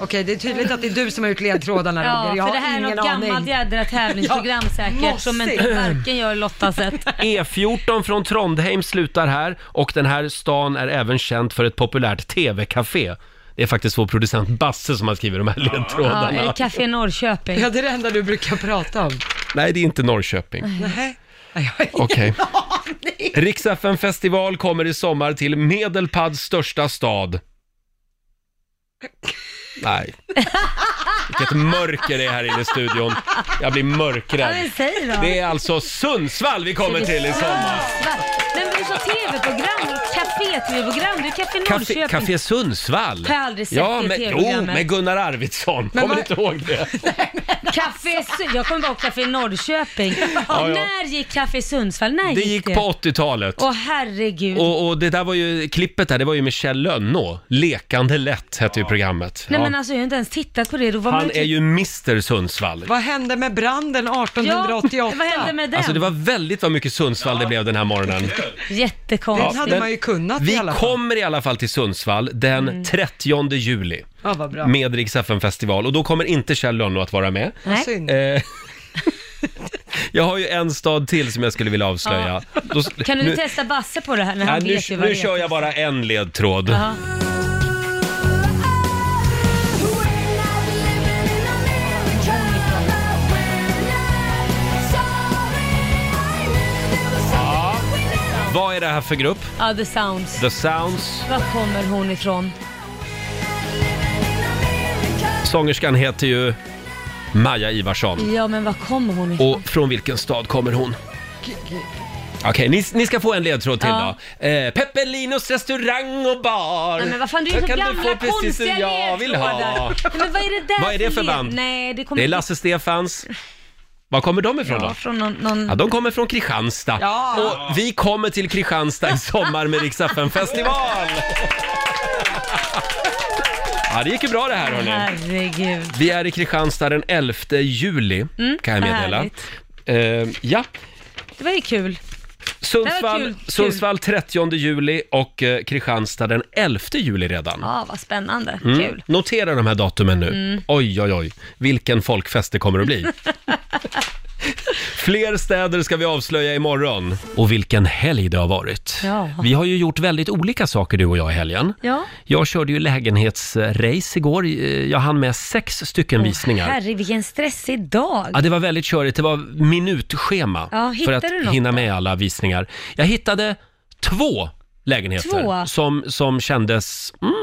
C: Okej, det är tydligt att det är du som har gjort ledtrådarna
E: Ja,
C: Roger. Jag
E: för det
C: har
E: här är
C: ingen
E: något
C: aning.
E: gammalt jädra tävlingsprogram säkert som
C: mossigt.
E: inte varken gör Lotta
A: [LAUGHS]
E: sett.
A: E14 från Trondheim slutar här och den här stan är även känd för ett populärt tv-café. Det är faktiskt vår producent Basse som har skrivit de här
E: Ja,
A: ledtrådarna.
E: eller Café Norrköping.
C: Ja, det är det enda du brukar prata om.
A: Nej, det är inte Norrköping.
C: Nej. Nej, jag har
A: [LAUGHS] Okej. Rix FM festival kommer i sommar till Medelpads största stad. Nej. Vilket mörker det är här inne i studion. Jag blir
E: Ja,
A: mörkrädd.
E: men säg då.
A: Det är alltså Sundsvall vi kommer till i sommar.
E: Men du sa tv-program, café-tv-program, du är Café
A: Café,
E: Norrköping.
A: Café Sundsvall.
E: Har jag aldrig sett
A: ja,
E: det
A: men, jo,
E: tv-programmet.
A: med Gunnar Arvidsson. Kommer ni
C: vad-
A: inte ihåg det?
E: Café Su- jag kommer bara ihåg Café Norrköping.
A: ja.
E: När gick Café Sundsvall? När
A: Det
E: gick,
A: gick på 80-talet.
E: Åh herregud.
A: Och, och det där var ju, klippet där, det var ju med Kjell Lönnå. Lekande lätt hette ju programmet.
E: Nej
A: Ja.
E: men alltså jag har inte ens tittat på det. Då var man
A: Han är ju Mr Sundsvall.
C: Vad hände med branden
E: typ- Ja,
C: 1888?
E: vad hände med den?
A: Alltså det var väldigt vad mycket Sundsvall det blev den här morgonen.
C: Den
E: Jättekonstigt.
C: hade
A: men
C: man ju kunnat i
A: Vi
C: alla fall.
A: kommer i alla fall till Sundsvall
E: Mm.
A: den 30 juli
C: Ja, vad bra.
A: med Rix FM festival och då kommer inte Kjell Lönnå att vara med.
C: Vad
E: Nej.
C: synd.
A: Eh, jag har ju en stad till som jag skulle vilja avslöja. Då,
E: Kan du
A: nu,
E: testa Basse på det här? När han
A: nej,
E: vet ju
A: nu,
E: vad
A: nu
E: det är.
A: kör jag bara en ledtråd.
E: Jaha.
A: Vad är det här för grupp?
E: Ja, The Sounds.
A: The Sounds.
E: Var kommer hon ifrån?
A: Sångerskan heter ju Maja Ivarsson.
B: Ja, men var kommer hon ifrån?
A: Och från vilken stad kommer hon? Okej, ni, ni ska få en ledtråd till
B: Ja.
A: då. Eh, Peppelinos restaurang och bar.
B: Nej, men vad fan, du är
A: Där
B: så
A: kan
B: gamla
A: du få precis
B: konstiga
A: som jag vill ha.
B: ledtrådar. Nej, men vad är det där
A: Vad är det för
B: led-
A: band?
B: Nej, det kommer
A: Det är Lasse Stefans. Var kommer de ifrån
B: ja,
A: då?
B: från någon... någon...
A: Ja, de kommer från Kristianstad.
B: Ja.
A: Och vi kommer till Kristianstad i sommar med Rix festival Ja, det gick ju bra det här hörni.
B: Herregud.
A: Vi är i Kristianstad den 11 juli,
B: Mm,
A: kan jag
B: vad
A: meddela.
B: härligt.
A: Eh, ja,
B: Det var ju kul. Det var
A: Sundsvall,
B: kul, kul.
A: Sundsvall 30 juli och eh, Kristianstad den 11 juli redan.
B: Ja, vad spännande.
A: Mm.
B: Kul.
A: Notera de här datumen nu.
B: Mm.
A: Oj, oj, oj. Vilken folkfest det kommer att
B: [LAUGHS]
A: bli. Fler städer ska vi avslöja imorgon. Och vilken helg det har varit.
B: Ja.
A: Vi har ju gjort väldigt olika saker du och jag i helgen.
B: Ja.
A: Jag körde ju lägenhetsrace igår. Jag hann med sex stycken visningar.
B: Herre, vilken stressig dag.
A: Ja, det var väldigt körigt. Det var minutschema
B: Ja,
A: för
B: hittade
A: att
B: du något
A: hinna
B: då?
A: med alla visningar. Jag hittade två lägenheter
B: Två?
A: Som, som kändes, mm,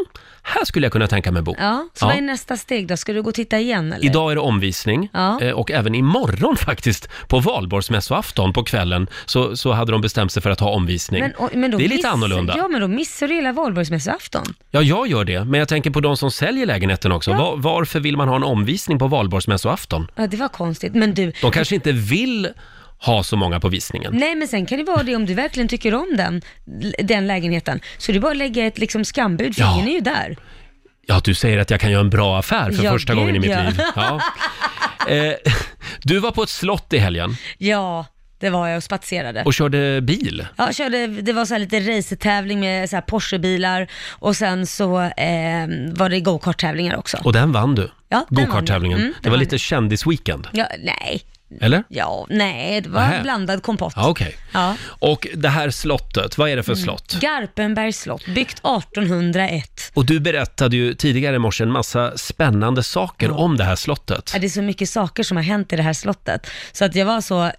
A: här skulle jag kunna tänka mig bo.
B: Ja, så
A: Ja.
B: vad är nästa steg då? Ska du gå och titta igen eller?
A: Idag är det omvisning
B: Ja.
A: eh, och även imorgon [LAUGHS] faktiskt på valborgsmässoafton på kvällen så, så hade de bestämt sig för att ha omvisning.
B: Men, och, men då
A: det är lite
B: missar-
A: annorlunda.
B: Ja, men då missar du hela valborgsmässoafton.
A: Ja, jag gör det, men jag tänker på de som säljer lägenheten också. Var, varför vill man ha en omvisning på valborgsmässoafton?
B: Ja, det var konstigt. Men du,
A: De kanske inte vill ha så många på visningen.
B: nej men sen kan det vara det om du verkligen tycker om den, den lägenheten. Så det är bara att lägga ett liksom skambud, för
A: Ja.
B: ingen är ju där.
A: Ja, du säger att jag kan göra en bra affär för
B: Ja,
A: första
B: gud,
A: gången i mitt
B: ja.
A: liv.
B: [LAUGHS]
A: Ja. Eh, du var på ett slott i helgen
B: Ja, det var jag och spatserade.
A: och körde bil.
B: Ja, jag körde, det var så här lite racertävling med så här Porschebilar och sen så eh, var det go-kart-tävlingar också.
A: Och den vann du.
B: Ja, den vann jag.
A: Go-kart-tävlingen.
B: Mm,
A: det
B: den
A: var
B: vann
A: lite
B: jag.
A: kändisweekend,
B: Ja, nej,
A: eller?
B: ja, nej, det var
A: Nähä.
B: blandad kompott.
A: Ja, okej.
B: Ja.
A: Och det här slottet, vad är det för
B: Mm.
A: slott?
B: Garpenbergs slott, byggt 1801.
A: Och du berättade ju tidigare i morse en massa spännande saker om det här slottet.
B: Ja, det är så mycket saker som har hänt i det här slottet. Så att jag var så, eh,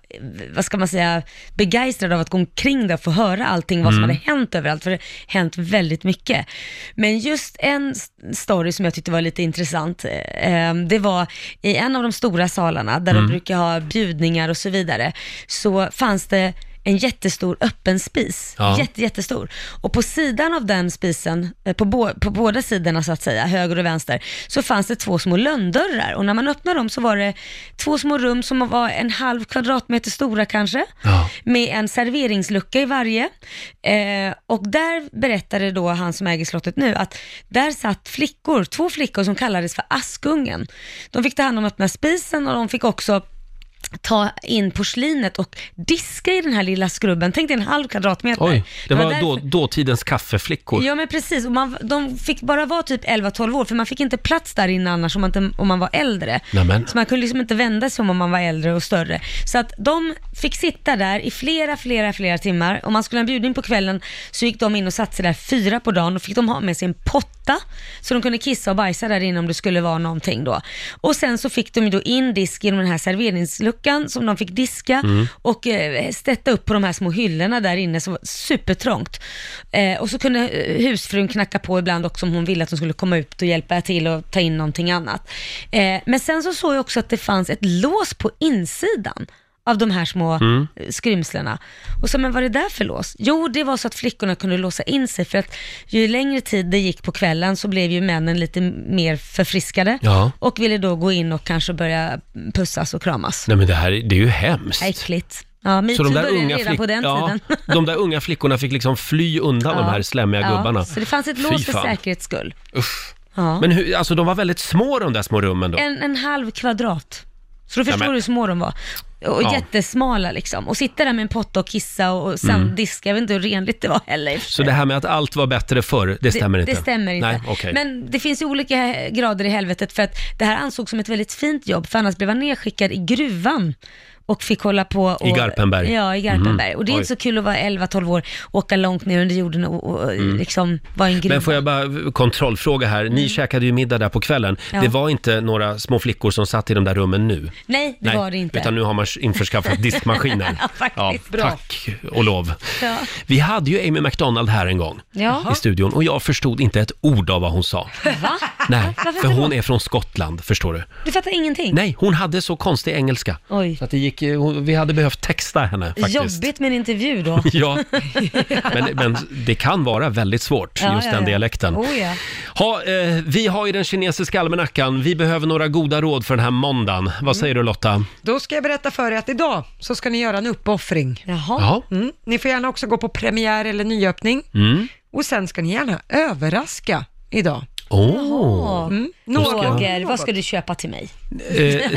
B: vad ska man säga, begeistrad av att gå omkring där och få höra allting, vad som
K: Mm.
B: hade hänt överallt, för det har hänt väldigt mycket. Men just en s- story som jag tyckte var lite intressant, eh, det var i en av de stora salarna, där
K: Mm.
B: de brukar ha bjudningar och så vidare, så fanns det en jättestor öppen spis,
K: Ja.
B: Jätte- jättestor. Och på sidan av den spisen, eh, på, bå- på båda sidorna så att säga, höger och vänster, så fanns det två små lönndörrar. Och när man öppnade dem så var det två små rum som var en halv kvadratmeter stora kanske, med en serveringslucka i varje. Eh, och där berättade då han som äger slottet nu att där satt flickor, två flickor som kallades för Askungen. De fick ta hand om att öppna spisen och de fick också ta in porslinet och diska i den här lilla skrubben. Tänk dig en halv kvadratmeter.
A: Oj, det var
B: därför-
A: då, dåtidens kaffeflickor.
B: Ja men precis, och man, de fick bara vara typ 11-12 år för man fick inte plats där inne annars om man, inte, om man var äldre.
A: Nämen.
B: Så man kunde liksom inte vända sig om om man var äldre och större. Så att de fick sitta där i flera, flera, flera timmar. Om man skulle ha en bjudning på kvällen så gick de in och satte sig där fyra på dagen och fick de ha med sig en potta så de kunde kissa och bajsa där inne om det skulle vara någonting då. Och sen så fick de ju då in disk genom den här serveringsluckan som de fick diska
K: Mm.
B: och eh, stätta upp på de här små hyllorna där inne som var supertrångt. Eh, och så kunde eh, husfrun knacka på ibland också om hon ville att hon skulle komma ut och hjälpa till och ta in någonting annat. Eh, men sen så såg jag också att det fanns ett lås på insidan av de här små
K: Mm.
B: eh, skrymslena. Och så, men vad är det där för lås? Jo, det var så att flickorna kunde låsa in sig för att ju längre tid det gick på kvällen så blev ju männen lite mer förfriskade
A: Ja.
B: och ville då gå in och kanske börja pussas och kramas.
A: Nej men det här det är ju hemskt.
B: Äckligt. Ja, metoo började redan
A: flick-
B: på den
A: ja,
B: tiden. [LAUGHS]
A: [LAUGHS] de där unga flickorna fick liksom fly undan de här slemmiga
B: Ja,
A: gubbarna.
B: Så det fanns ett
A: Fy
B: lås för
A: fan.
B: säkerhets skull.
A: Usch.
B: Ja.
A: Men hur, alltså de var väldigt små de där små rummen då?
B: En, en halv kvadrat. Så då
A: Ja,
B: förstår
A: men-
B: du hur små de var. Och
A: Ja.
B: jättesmala liksom. Och sitta där med en potta och kissa och och sen
A: Mm.
B: diska. Jag vet inte hur renligt det var heller.
A: Så det här med att allt var bättre förr, det stämmer inte?
B: Det stämmer inte.
A: Nej, okej.
B: Men det finns ju olika grader i helvetet för att det här ansågs som ett väldigt fint jobb för annars blev han nedskickad i gruvan och fick hålla på och,
A: I Garpenberg.
B: Ja, i Garpenberg.
A: Mm.
B: Och det är
A: Oj.
B: inte så kul att vara 11-12 år, åka långt ner under jorden och, och
A: Mm.
B: liksom vara i en gruva.
A: Men får jag bara eh, kontrollfråga här, ni käkade ju middag där på kvällen.
B: Mm. Ja.
A: Det var inte några små flickor som satt i de där rummen nu?
B: Nej, det var det inte.
A: Utan nu har man
B: [LAUGHS]
A: införskaffat diskmaskiner.
B: ja, faktiskt. Bra.
A: Tack och lov.
B: Ja.
A: Vi hade ju Amy McDonald här en gång
B: Ja.
A: i studion och jag förstod inte ett ord av vad hon sa.
B: Va?
A: Nej,
B: Varför
A: för
B: inte
A: hon
B: då?
A: är från Skottland, förstår du.
B: Du fattar ingenting?
A: Nej, hon hade så konstig engelska.
B: Oj.
A: Så att det gick, eh, hon- vi hade behövt texta henne faktiskt.
B: Jobbigt med en intervju då.
A: [LAUGHS] Ja,
B: [LAUGHS]
A: men, men det kan vara väldigt svårt,
B: Ja,
A: just
B: ja,
A: den
B: ja.
A: dialekten.
B: Oh, ja.
A: Ha, eh, vi har ju den kinesiska almanackan. Vi behöver några goda råd för den här måndagen.
B: Mm.
A: Vad säger du
B: Oh.
A: Lotta?
C: Då ska jag berätta för er att idag så ska ni göra en uppoffring.
A: Ja.
C: Mm. Ni får gärna också gå på premiär eller nyöppning.
A: Mm.
C: Och sen ska ni gärna överraska idag.
A: Åh.
C: Mm.
A: Då ska jag-
E: Roger, vad ska du köpa till mig?
B: [LAUGHS]
A: Eh,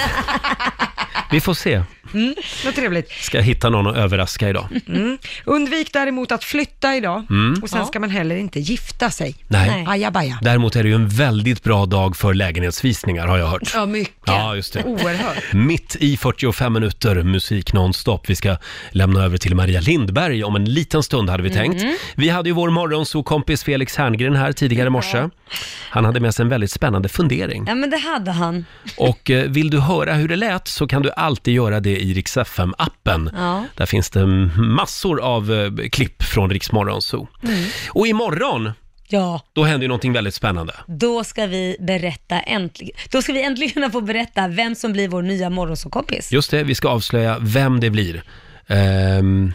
A: vi får se.
C: Mm. Vad trevligt.
A: Ska jag hitta någon att överraska idag?
C: Mm. Undvik däremot att flytta idag
A: Mm.
C: och sen
A: Ja.
C: ska man heller inte gifta sig.
A: Nej. Nej.
C: Ajabaja.
A: Däremot är det ju en väldigt bra dag för lägenhetsvisningar har jag hört.
C: Ja, mycket.
A: Ja, just det.
C: Oerhört.
A: Mitt i 45 minuter musik nonstop. Vi ska lämna över till Maria Lindberg om en liten stund hade vi tänkt.
L: Mm.
A: Vi hade ju vår morgonsokompis Felix Herngren här tidigare i morse. Han hade med sig en väldigt spännande fundering.
E: Ja men det hade han.
A: Och eh, vill du höra hur det lät så kan du alltid göra det i Rix FM-appen.
E: Ja.
A: Där finns det massor av eh, klipp från Rix Morgonzoo.
E: Mm.
A: Och imorgon,
E: Ja,
A: då händer ju någonting väldigt spännande.
E: då ska vi berätta äntligen. Då ska vi äntligen få berätta vem som blir vår nya morgonsåkompis.
A: Just det, vi ska avslöja vem det blir. Ehm,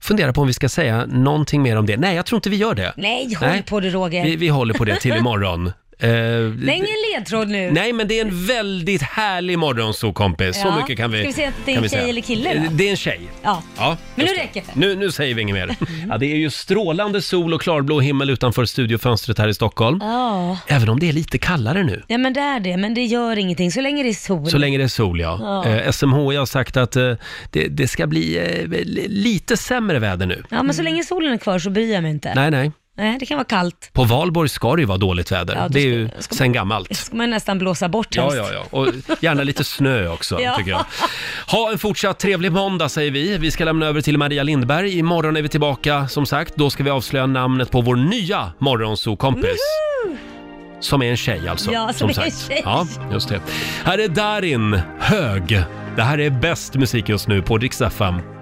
A: fundera på om vi ska säga någonting mer om det. Nej, jag tror inte vi gör det.
E: Nej, håll på det Roger.
A: Vi, vi håller på det
E: [LAUGHS]
A: till imorgon. Ehm,
E: Det är ingen ledtråd nu.
A: Nej, men det är en väldigt härlig morgonsokompis. Så
E: Ja.
A: mycket kan vi
E: Ska vi säga att det är
A: kan
E: en
A: vi
E: tjej
A: säga.
E: eller kille då?
A: Det är en tjej.
E: Ja.
A: Ja,
E: Men nu
A: just
E: räcker det.
A: Nu, nu säger vi
E: [LAUGHS]
A: inget mer. Ja, det är ju strålande sol och klarblå himmel utanför studiofönstret här i Stockholm.
E: Ja.
A: Även om det är lite kallare nu.
E: ja, men det är det. Men det gör ingenting så länge det är sol.
A: Så länge det är sol, ja.
E: Ja.
A: Eh, SMHI har sagt att eh, det, det ska bli eh, li- lite sämre väder nu.
E: Ja, men så länge solen är kvar så bryr jag mig inte.
A: Nej, nej.
E: Nej, det kan vara kallt.
A: På Valborg ska det ju vara dåligt väder.
E: Ja, då
A: det är ju
E: ska- ska-
A: sen gammalt.
E: Det ska man nästan blåsa bort
A: Ja,
E: helst.
A: ja, ja. Och gärna lite snö
L: [LAUGHS]
A: också,
E: Ja.
A: tycker jag. Ha en fortsatt trevlig måndag, säger vi. Vi ska lämna över till Maria Lindberg. Imorgon är vi tillbaka, som sagt. Då ska vi avslöja namnet på vår nya morgonsokompis. Som är en tjej alltså.
L: Ja, som är en
A: sagt.
L: tjej.
A: Ja, just det. Här är Darin Hög. Det här är bäst musik just nu på Dix FM.